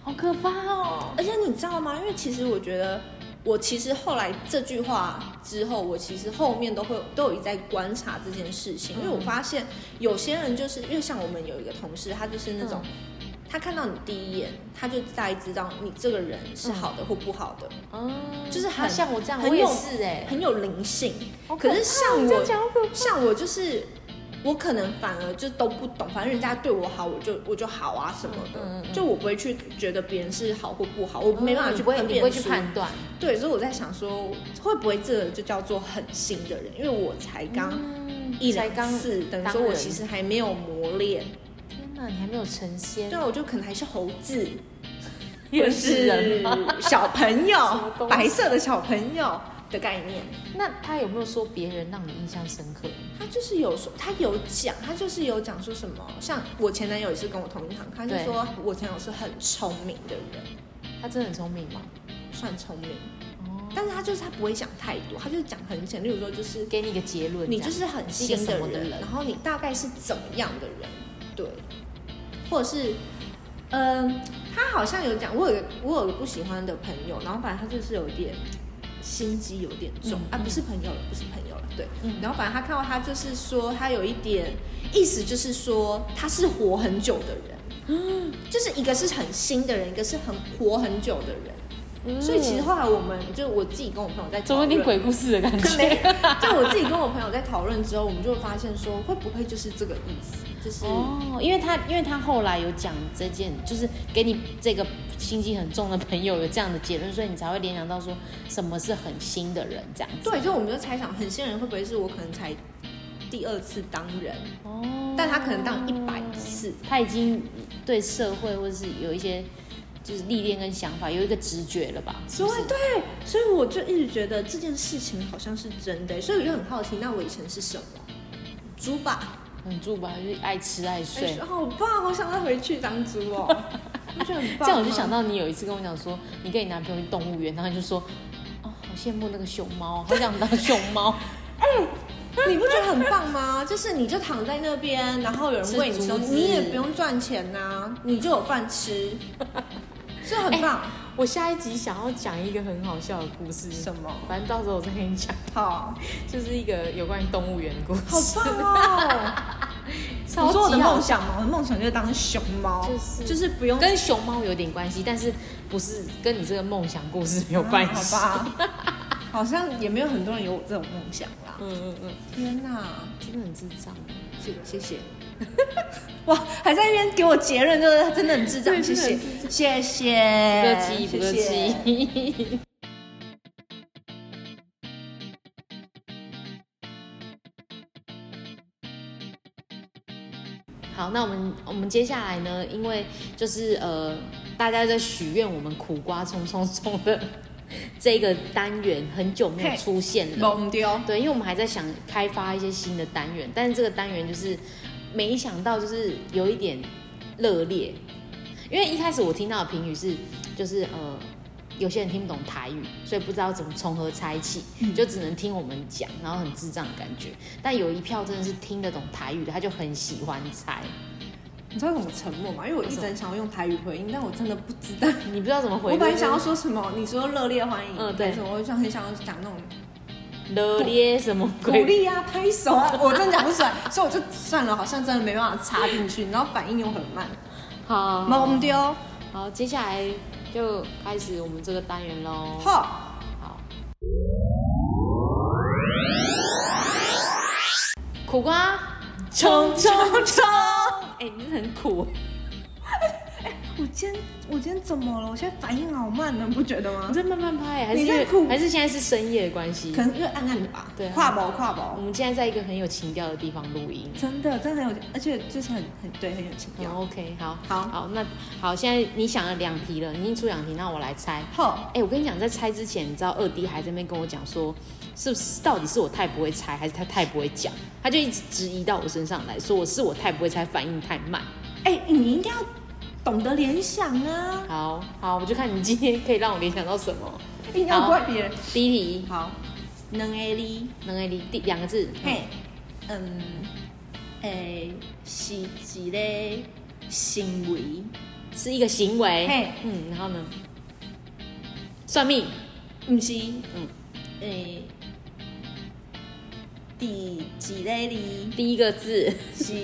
A: 好可怕哦！
B: 而且你知道吗？因为其实我觉得，我其实后来这句话之后，我其实后面都会都有一直在观察这件事情，
A: 嗯
B: 因为我发现有些人就是因为像我们有一个同事，他就是那种。
A: 嗯
B: 他看到你第一眼，他就大概知道你这个人是好的或不好的，
A: 嗯，
B: 就是
A: 他
B: 很
A: 像我这样，
B: 很
A: 我也
B: 有
A: 是哎。
B: 很有灵性。
A: 好
B: 可
A: 怕
B: 是像
A: 你这
B: 我
A: 样讲好可怕哦
B: 像我就是，我可能反而就都不懂，反正人家对我好，我就我就好啊什么的，
A: 嗯嗯嗯
B: 就我不会去觉得别人是好或不好，我没办法
A: 你
B: 去
A: 不会，
B: 分
A: 你
B: 辨
A: 不会去
B: 出
A: 判断。
B: 对，所以我在想说，会不会这就叫做很新的人？因为我才刚
A: 嗯
B: 一
A: 才
B: 两
A: 刚
B: 次，等于
A: 当
B: 说我
A: 人
B: 其实还没有磨练。
A: 天哪，你还没有成仙
B: 对，啊，我就可能还是猴子，
A: 也
B: 或
A: 是人吗？
B: 小朋
A: 么
B: 友
A: 东，西
B: 白色的小朋友的概念。
A: 那他有没有说别人让你印象深刻？
B: 他就是有说，他有讲，他就是有讲说什么，像我前男友也是跟我同一堂课，他就
A: 对
B: 说我前男友是很聪明的人，
A: 他真的很聪明吗？
B: 算聪明，
A: 哦，
B: 但是他就是他不会讲太多，他就是讲很浅，例如说就是
A: 给你一个结论，
B: 你
A: 这样
B: 就是很
A: 是一个
B: 新
A: 什
B: 的
A: 么的
B: 人，
A: 人
B: 然后你大概是怎么样的人，对，或者是，嗯、他好像有讲，我有个我有个不喜欢的朋友，然后反正他就是有点心机有点重、
A: 嗯
B: 啊，
A: 嗯
B: 不是朋友了，不是朋友了，对，
A: 嗯
B: 然后反正他看到他就是说他有一点意思，就是说他是活很久的人，
A: 嗯
B: 就是一个是很新的人，一个是很活很久的人。所以其实后来我们就我自己跟我朋友在
A: 嗯
B: 讨论
A: 怎么有点鬼故事的感
B: 没
A: 觉？
B: 就我自己跟我朋友在讨论之后，我们就会发现说，会不会就是这个意思？就是、
A: 哦，因为他因为他后来有讲这件，就是给你这个心机很重的朋友有这样的结论，所以你才会联想到说什么是很新的人这样子。
B: 对，就我们就猜想，很新人会不会是我可能才第二次当人，
A: 哦，
B: 但他可能当一百次。
A: 他已经对社会或者是有一些就是历练跟想法有一个直觉了吧？是
B: 所
A: 不
B: 以
A: 是？
B: 对，所以我就一直觉得这件事情好像是真的，欸所以我就很好奇，那我以前是什么？猪吧，
A: 很住吧，就是爱吃爱睡。
B: 哎好棒，好想再回去当猪 哦，我觉得很棒啊。
A: 这样我就想到你有一次跟我讲说，你跟你男朋友去动物园，然后你就说，哦，好羡慕那个熊猫，好想当熊猫，
B: 你不觉得很棒吗？ 就是你就躺在那边，然后有人喂你
A: 吃
B: 吃
A: 竹
B: 东
A: 子
B: 西，你也不用赚钱呐、你就有饭吃， 这很棒。
A: 我下一集想要讲一个很好笑的故事，
B: 哎什么
A: 反正到时候我再跟你讲，
B: 好，
A: 就是一个有关于动物园的故
B: 好
A: 事，
B: 棒哦！
A: 超
B: 你说我的
A: 级好
B: 梦
A: 笑，
B: 想吗？我的梦想就是当熊猫，
A: 就是
B: 就是不用
A: 跟熊猫有点关系，但是不是跟你这个梦想故事没有关系？
B: 啊好 吧？好像也没有很多人有我这种梦想啦。
A: 嗯嗯嗯，
B: 天哪！
A: 真的很智障，
B: 谢谢谢。 哇，还在那边给我结论，就是真的很智障，
A: 对
B: 谢
A: 真的
B: 谢
A: 很智
B: 谢谢，
A: 不
B: 不
A: 客气不客气。 好，那我们我们接下来呢？因为就是呃，大家在许愿我们苦瓜冲冲冲的这个单元很久没有
B: 嘿
A: 出现了，
B: 懵丢。
A: 对，因为我们还在想开发一些新的单元，但是这个单元就是没想到就是有一点热烈，因为一开始我听到的评语是就是呃。有些人听不懂台语，所以不知道怎么从何猜起，
B: 嗯
A: 就只能听我们讲，然后很智障的感觉。但有一票真的是听得懂台语的，他就很喜欢猜。
B: 你知道为什么沉默吗？因为我一直很想要用台语回应，但我真的不知 道。
A: 你不知道怎么回
B: 我
A: 应。
B: 本来想要说什么，你说热烈欢迎，
A: 嗯对
B: 还是我想很想要讲那种
A: 热烈什么
B: 鼓
A: 鬼？
B: 励啊、拍手啊，我真的讲不出来，所以我就算了，好像真的没办法插进去，然后反应又很慢，
A: 好，
B: 懵丢。
A: 好，接下来就开始我们这个单元喽。
B: 好，
A: 好。苦瓜，冲冲冲！哎、你真的很苦。
B: 我今天我今天怎么了？我现在反应好慢呢，不觉得吗
A: 你？在慢慢拍，还是
B: 啊你
A: 因
B: 在
A: 为
B: 苦
A: 还是现在是深夜的关系
B: 可？能因为暗暗的吧，
A: 对啊
B: 跨薄跨
A: 我
B: 薄，
A: 们现在在一个很有情调的地方录音。
B: 真的真的很有，而且就是很很对，很有情
A: 嗯
B: 调。
A: OK，好，
B: 好
A: 好，那好，现在你想了两题了，你已经出两题，那我来猜。
B: 好，
A: 哎、我跟你讲，在猜之前，你知道二弟还在那边跟我讲说，是不是到底是我太不会猜，还是他太不会讲？他就一直质疑到我身上来说，我是我太不会猜，反应太慢。
B: 哎，你应该要懂得联想啊，
A: 好好，我就看你今天可以让我联想到什么。
B: 一定要
A: 好
B: 怪别人。
A: 第一题，
B: 好，能 A 哩，
A: 能给你第两个字，
B: 嘿，嗯，诶、是一个行为，
A: 是一个行为。
B: 嘿
A: 嗯，然后呢？算命，
B: 毋是，
A: 嗯
B: 嗯，诶、第一个哩
A: 第一个字，
B: 是，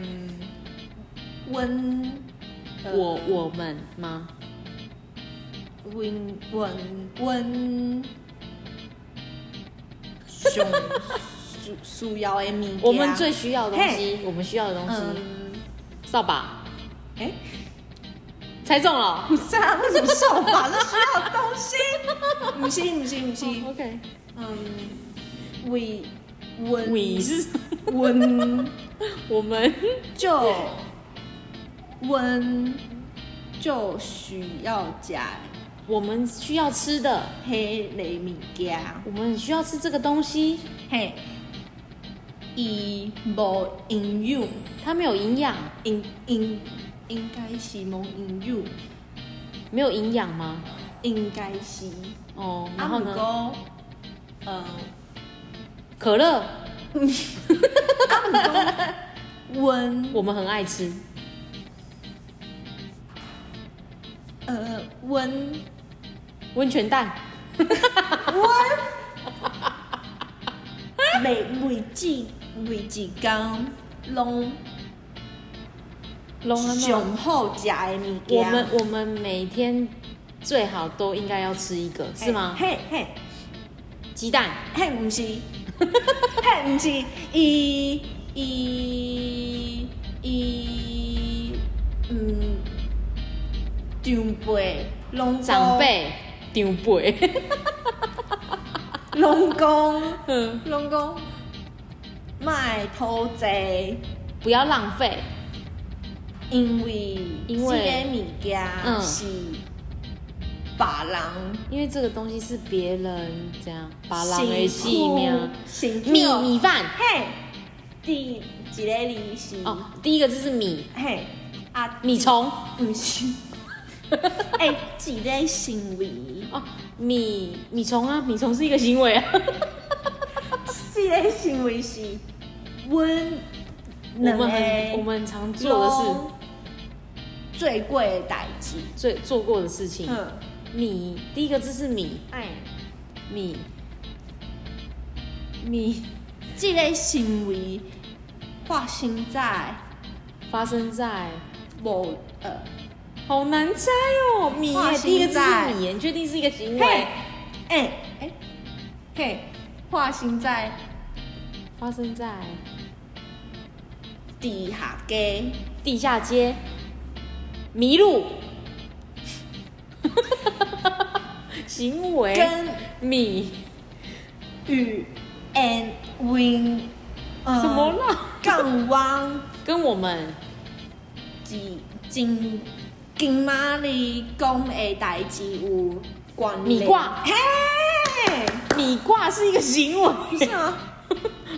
B: 嗯，温，呃
A: 我我们吗？
B: 温温温，上需需要的物件，
A: 我们最需要的东西，我们需要的东西，
B: 嗯。
A: 扫把，
B: 哎
A: 猜中了。
B: 不是啊，为什么扫把那需要东西？不是不是不是，
A: 哦 OK，
B: 嗯，为文
A: 你是 什么
B: 文
A: 我们
B: 嗯就文就需要加
A: 我们需要吃的，
B: 黑雷物件，
A: 我们需要吃这个东西，
B: 嘿，伊无应用，
A: 它没有营养，
B: 应应应该是无应用，
A: 没有营养吗？
B: 应该是，
A: 哦，然后
B: 啊
A: 呢？？
B: 不过呃，
A: 可乐，
B: 文。
A: 我们很爱吃，
B: 呃，温
A: 温泉蛋，
B: 温每每季每几工拢
A: 龙哦
B: 上好食的物
A: 我
B: 件。
A: 们我们每天最好都应该要吃一个，是吗？
B: 嘿嘿
A: 鸡蛋，
B: 嘿，毋 是，嘿毋是，伊伊伊，嗯，长辈拢讲
A: 长辈，长辈，
B: 拢讲拢讲，卖偷济。
A: 不要浪费。
B: 因为
A: 因为
B: 这个物
A: 嗯
B: 件是把人
A: 因为这个东西是别人这样把狼的戏命，
B: 辛苦
A: 米米饭
B: 嘿，第一个字是、
A: 哦，第一个字是米
B: 嘿啊，
A: 米虫
B: 毋是， 哎、一个行为，
A: 哦，米米虫啊，米虫是一个行为啊，
B: 一个行为是阮
A: 我们很我们常做的事，
B: 是最贵的代志，
A: 最做过的事情。
B: 嗯，
A: 米第一个字是米
B: 哎，
A: 米米
B: 这个行为发生在。
A: 发生在
B: 某呃，
A: 好难猜哦，米
B: 哇
A: 耶第一个字
B: 现在
A: 是米耶，你确定是一个行
B: 嘿
A: 为？，
B: 哎哎，嘿，化身在
A: 发生在
B: 地下街，
A: 地下街迷路， 行为
B: 跟
A: 米
B: 与 and win 呃
A: 什么啦？
B: 港湾
A: 跟我们
B: 及金金马里讲的代志有关联
A: 米挂
B: 嘿，
A: 米挂是一个行
B: 不
A: 为，
B: 是吗？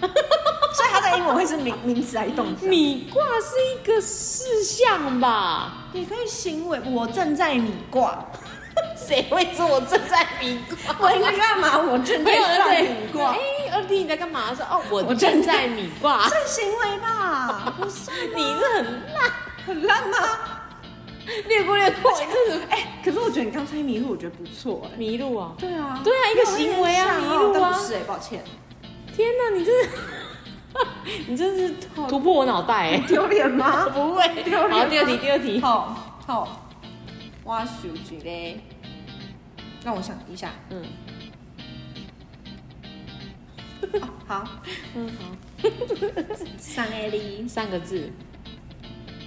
B: 所以它在英文会是名名词还是动词啊？
A: 米挂是一个事项吧？
B: 你可以行为，我正在米挂。
A: 谁会说我正在米挂？
B: 我应该干嘛？我正
A: 没有
B: 在
A: 人
B: 上
A: 对
B: 米挂
A: 哎。，二弟你在干嘛？说哦，我正在米 挂。
B: 算行为吧，不算
A: 你这很烂，
B: 很烂吗？
A: 略过略过，你这是
B: 哎、可是我觉得你刚才迷路，我觉得不错哎、
A: 迷路啊！
B: 对啊，
A: 对啊一个行为啊
B: 没有
A: 迷路啊
B: 我有印象但不是哎、抱歉，
A: 天哪，你这是， 你真是突破我脑袋哎！
B: 丢脸吗？不会丢脸。
A: 好，第二题，，第二题，
B: 好好，我手机嘞，让我想一下。
A: 嗯
B: 哦好，
A: 嗯，好，
B: 三个字，
A: 三个字，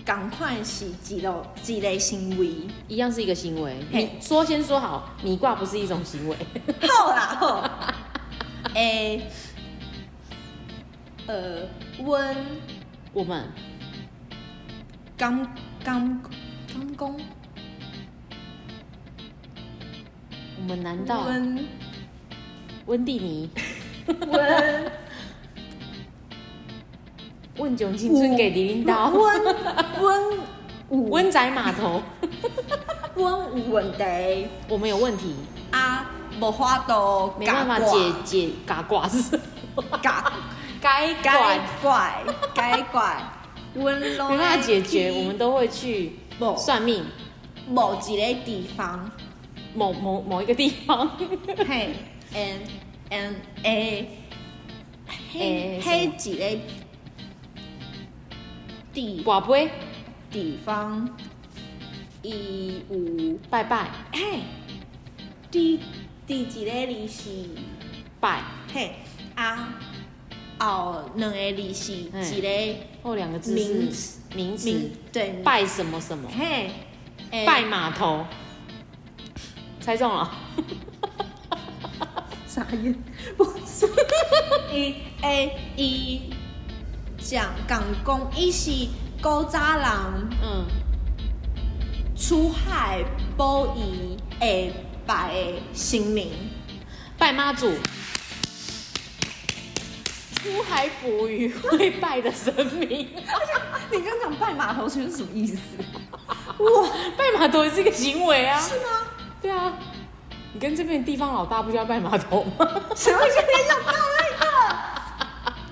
B: 赶快是几个几类行为？
A: 一样是一个行为。
B: 嘿
A: 你说先说好，你挂不是一种行为，
B: 好啦好。哎、呃，温
A: 我们
B: 刚刚刚公。
A: 我们难道
B: 温
A: 温蒂尼
B: 温
A: 问囧青春给迪琳达
B: 温温五温
A: 温仔码头，
B: 温五问题
A: 我们有问题，
B: 啊，无法度
A: 没办法解解嘎挂是 什么？
B: 改
A: 该
B: 改
A: 管
B: 怪改怪， 温拢
A: 没办法解决，我们都会去
B: 某
A: 算命，
B: 某一个地方，
A: 某某某一个地 方。
B: 嘿，and and a，嘿
A: 诶
B: 嘿一个地
A: 寡杯
B: 地方，伊有。
A: 拜拜
B: 嘿，第第一个字是
A: 拜，
B: 嘿啊，后两个字是一个
A: 后哦两个字
B: 名
A: 是
B: 词
A: 名词
B: 名，对
A: 拜什么什么，
B: 嘿诶
A: 拜码头，猜中了，
B: 啥眼？ 不是，伊诶伊讲讲讲，伊是古早人
A: 嗯，
B: 出海捕鱼诶拜诶神明，
A: 拜妈祖。出海捕鱼会拜的神明，
B: 你刚讲拜码头是什么意思？
A: 哇， 拜码头也是一个行为啊，
B: 是吗？
A: 对啊，你跟这边的地方老大不就要拜码头吗？
B: 谁会跟你想到那个？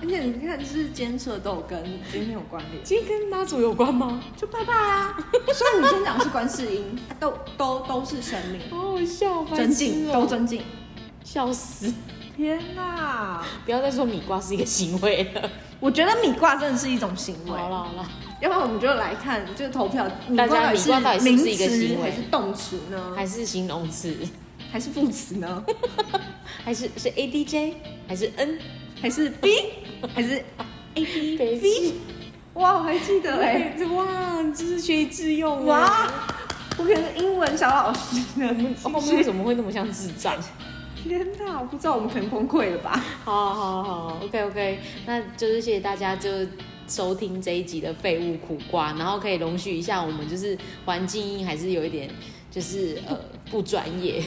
B: 而且你看，就是今天吃的豆跟今天有关 联，
A: 今天跟妈祖有关吗？
B: 就拜拜啊！所以你今天讲的是观世音，都都都是神明，
A: 好好笑，白痴
B: 尊敬
A: 哦
B: 都尊敬。
A: 笑死！
B: 天哪！
A: 不要再说米瓜是一个行为了。
B: 我觉得米挂真的是一种行为。
A: 好了好了，
B: 要不然我们就来看，就是投票，
A: 大家
B: 米
A: 米瓜到底是
B: 名
A: 不
B: 词
A: 是一个行为
B: 还是动词呢？
A: 还是形容词，
B: 还是副词 呢？
A: 还是是 A D J，还是 N
B: 还是 B？还是 A B
A: baby？
B: 哇，我还记得 哎、
A: 对哇，这是学以致用啊哦哇！
B: 哇，我可是英文小老师呢。
A: 后面为什么会那么像智障？
B: 天哪，我不知道我们可能崩溃了吧？
A: 好好好，OK OK，那就是谢谢大家就收听这一集的废物苦瓜，然后可以容许一下我们就是环境音还是有一点就是呃不专业，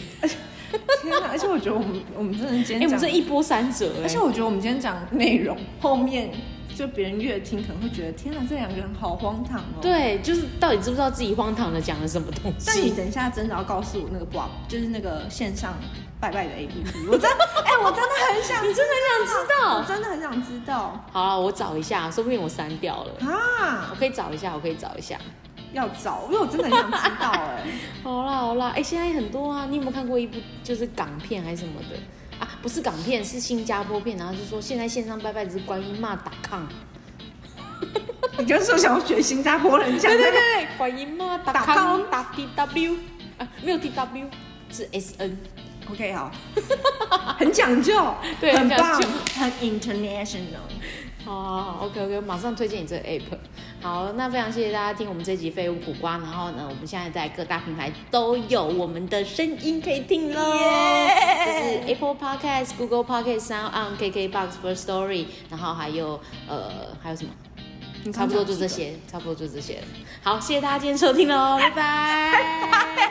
B: 天哪！而且我觉得我们我们真的今
A: 哎、
B: 天
A: 我们
B: 讲，
A: 这一波三折哎、
B: 而且我觉得我们今天讲内容后面。就别人越听可能会觉得天哪，这两个人好荒唐哦。，
A: 对，就是到底知不知道自己荒唐的讲了什么东
B: 但你
A: 西？
B: 等一下真的要告诉我那个 blog，就是那个线上拜拜的 APP，我真哎、我真的很想，你真的想知
A: 道
B: 我真的很想知道
A: 好了，我找一下，说不定我删掉了，我
B: 啊！
A: 可以找一下，我可以找一下。
B: 要找，因为我真的很想知道哎、
A: 好啦好啦，哎、现在很多啊，你有没有看过一部就是港片还是什么的啊？不是港片，是新加坡片，然后就说现在线上拜拜只是观音骂打抗，
B: 你就是说想要学新加坡人讲那个，
A: 对，观音骂打
B: 打
A: 抗
B: 抗
A: 打 T W 啊，没有 T W 是 S N，
B: OK，好， 很讲究，
A: 对
B: 很
A: 很讲
B: 棒
A: 究，
B: 很 international。
A: 好好好，OK OK，马上推荐你这个 app。好，那非常谢谢大家听我们这集废物苦瓜，然后呢，我们现在在各大平台都有我们的声音可以听喽
B: 耶
A: 就是 Apple Podcast、Google Podcast、Sound On、KKBox、First Story，然后还有呃还有什么？
B: 你
A: 差
B: 刚
A: 不多就这些，差不多就这些了。好，谢谢大家今天收听喽，拜拜。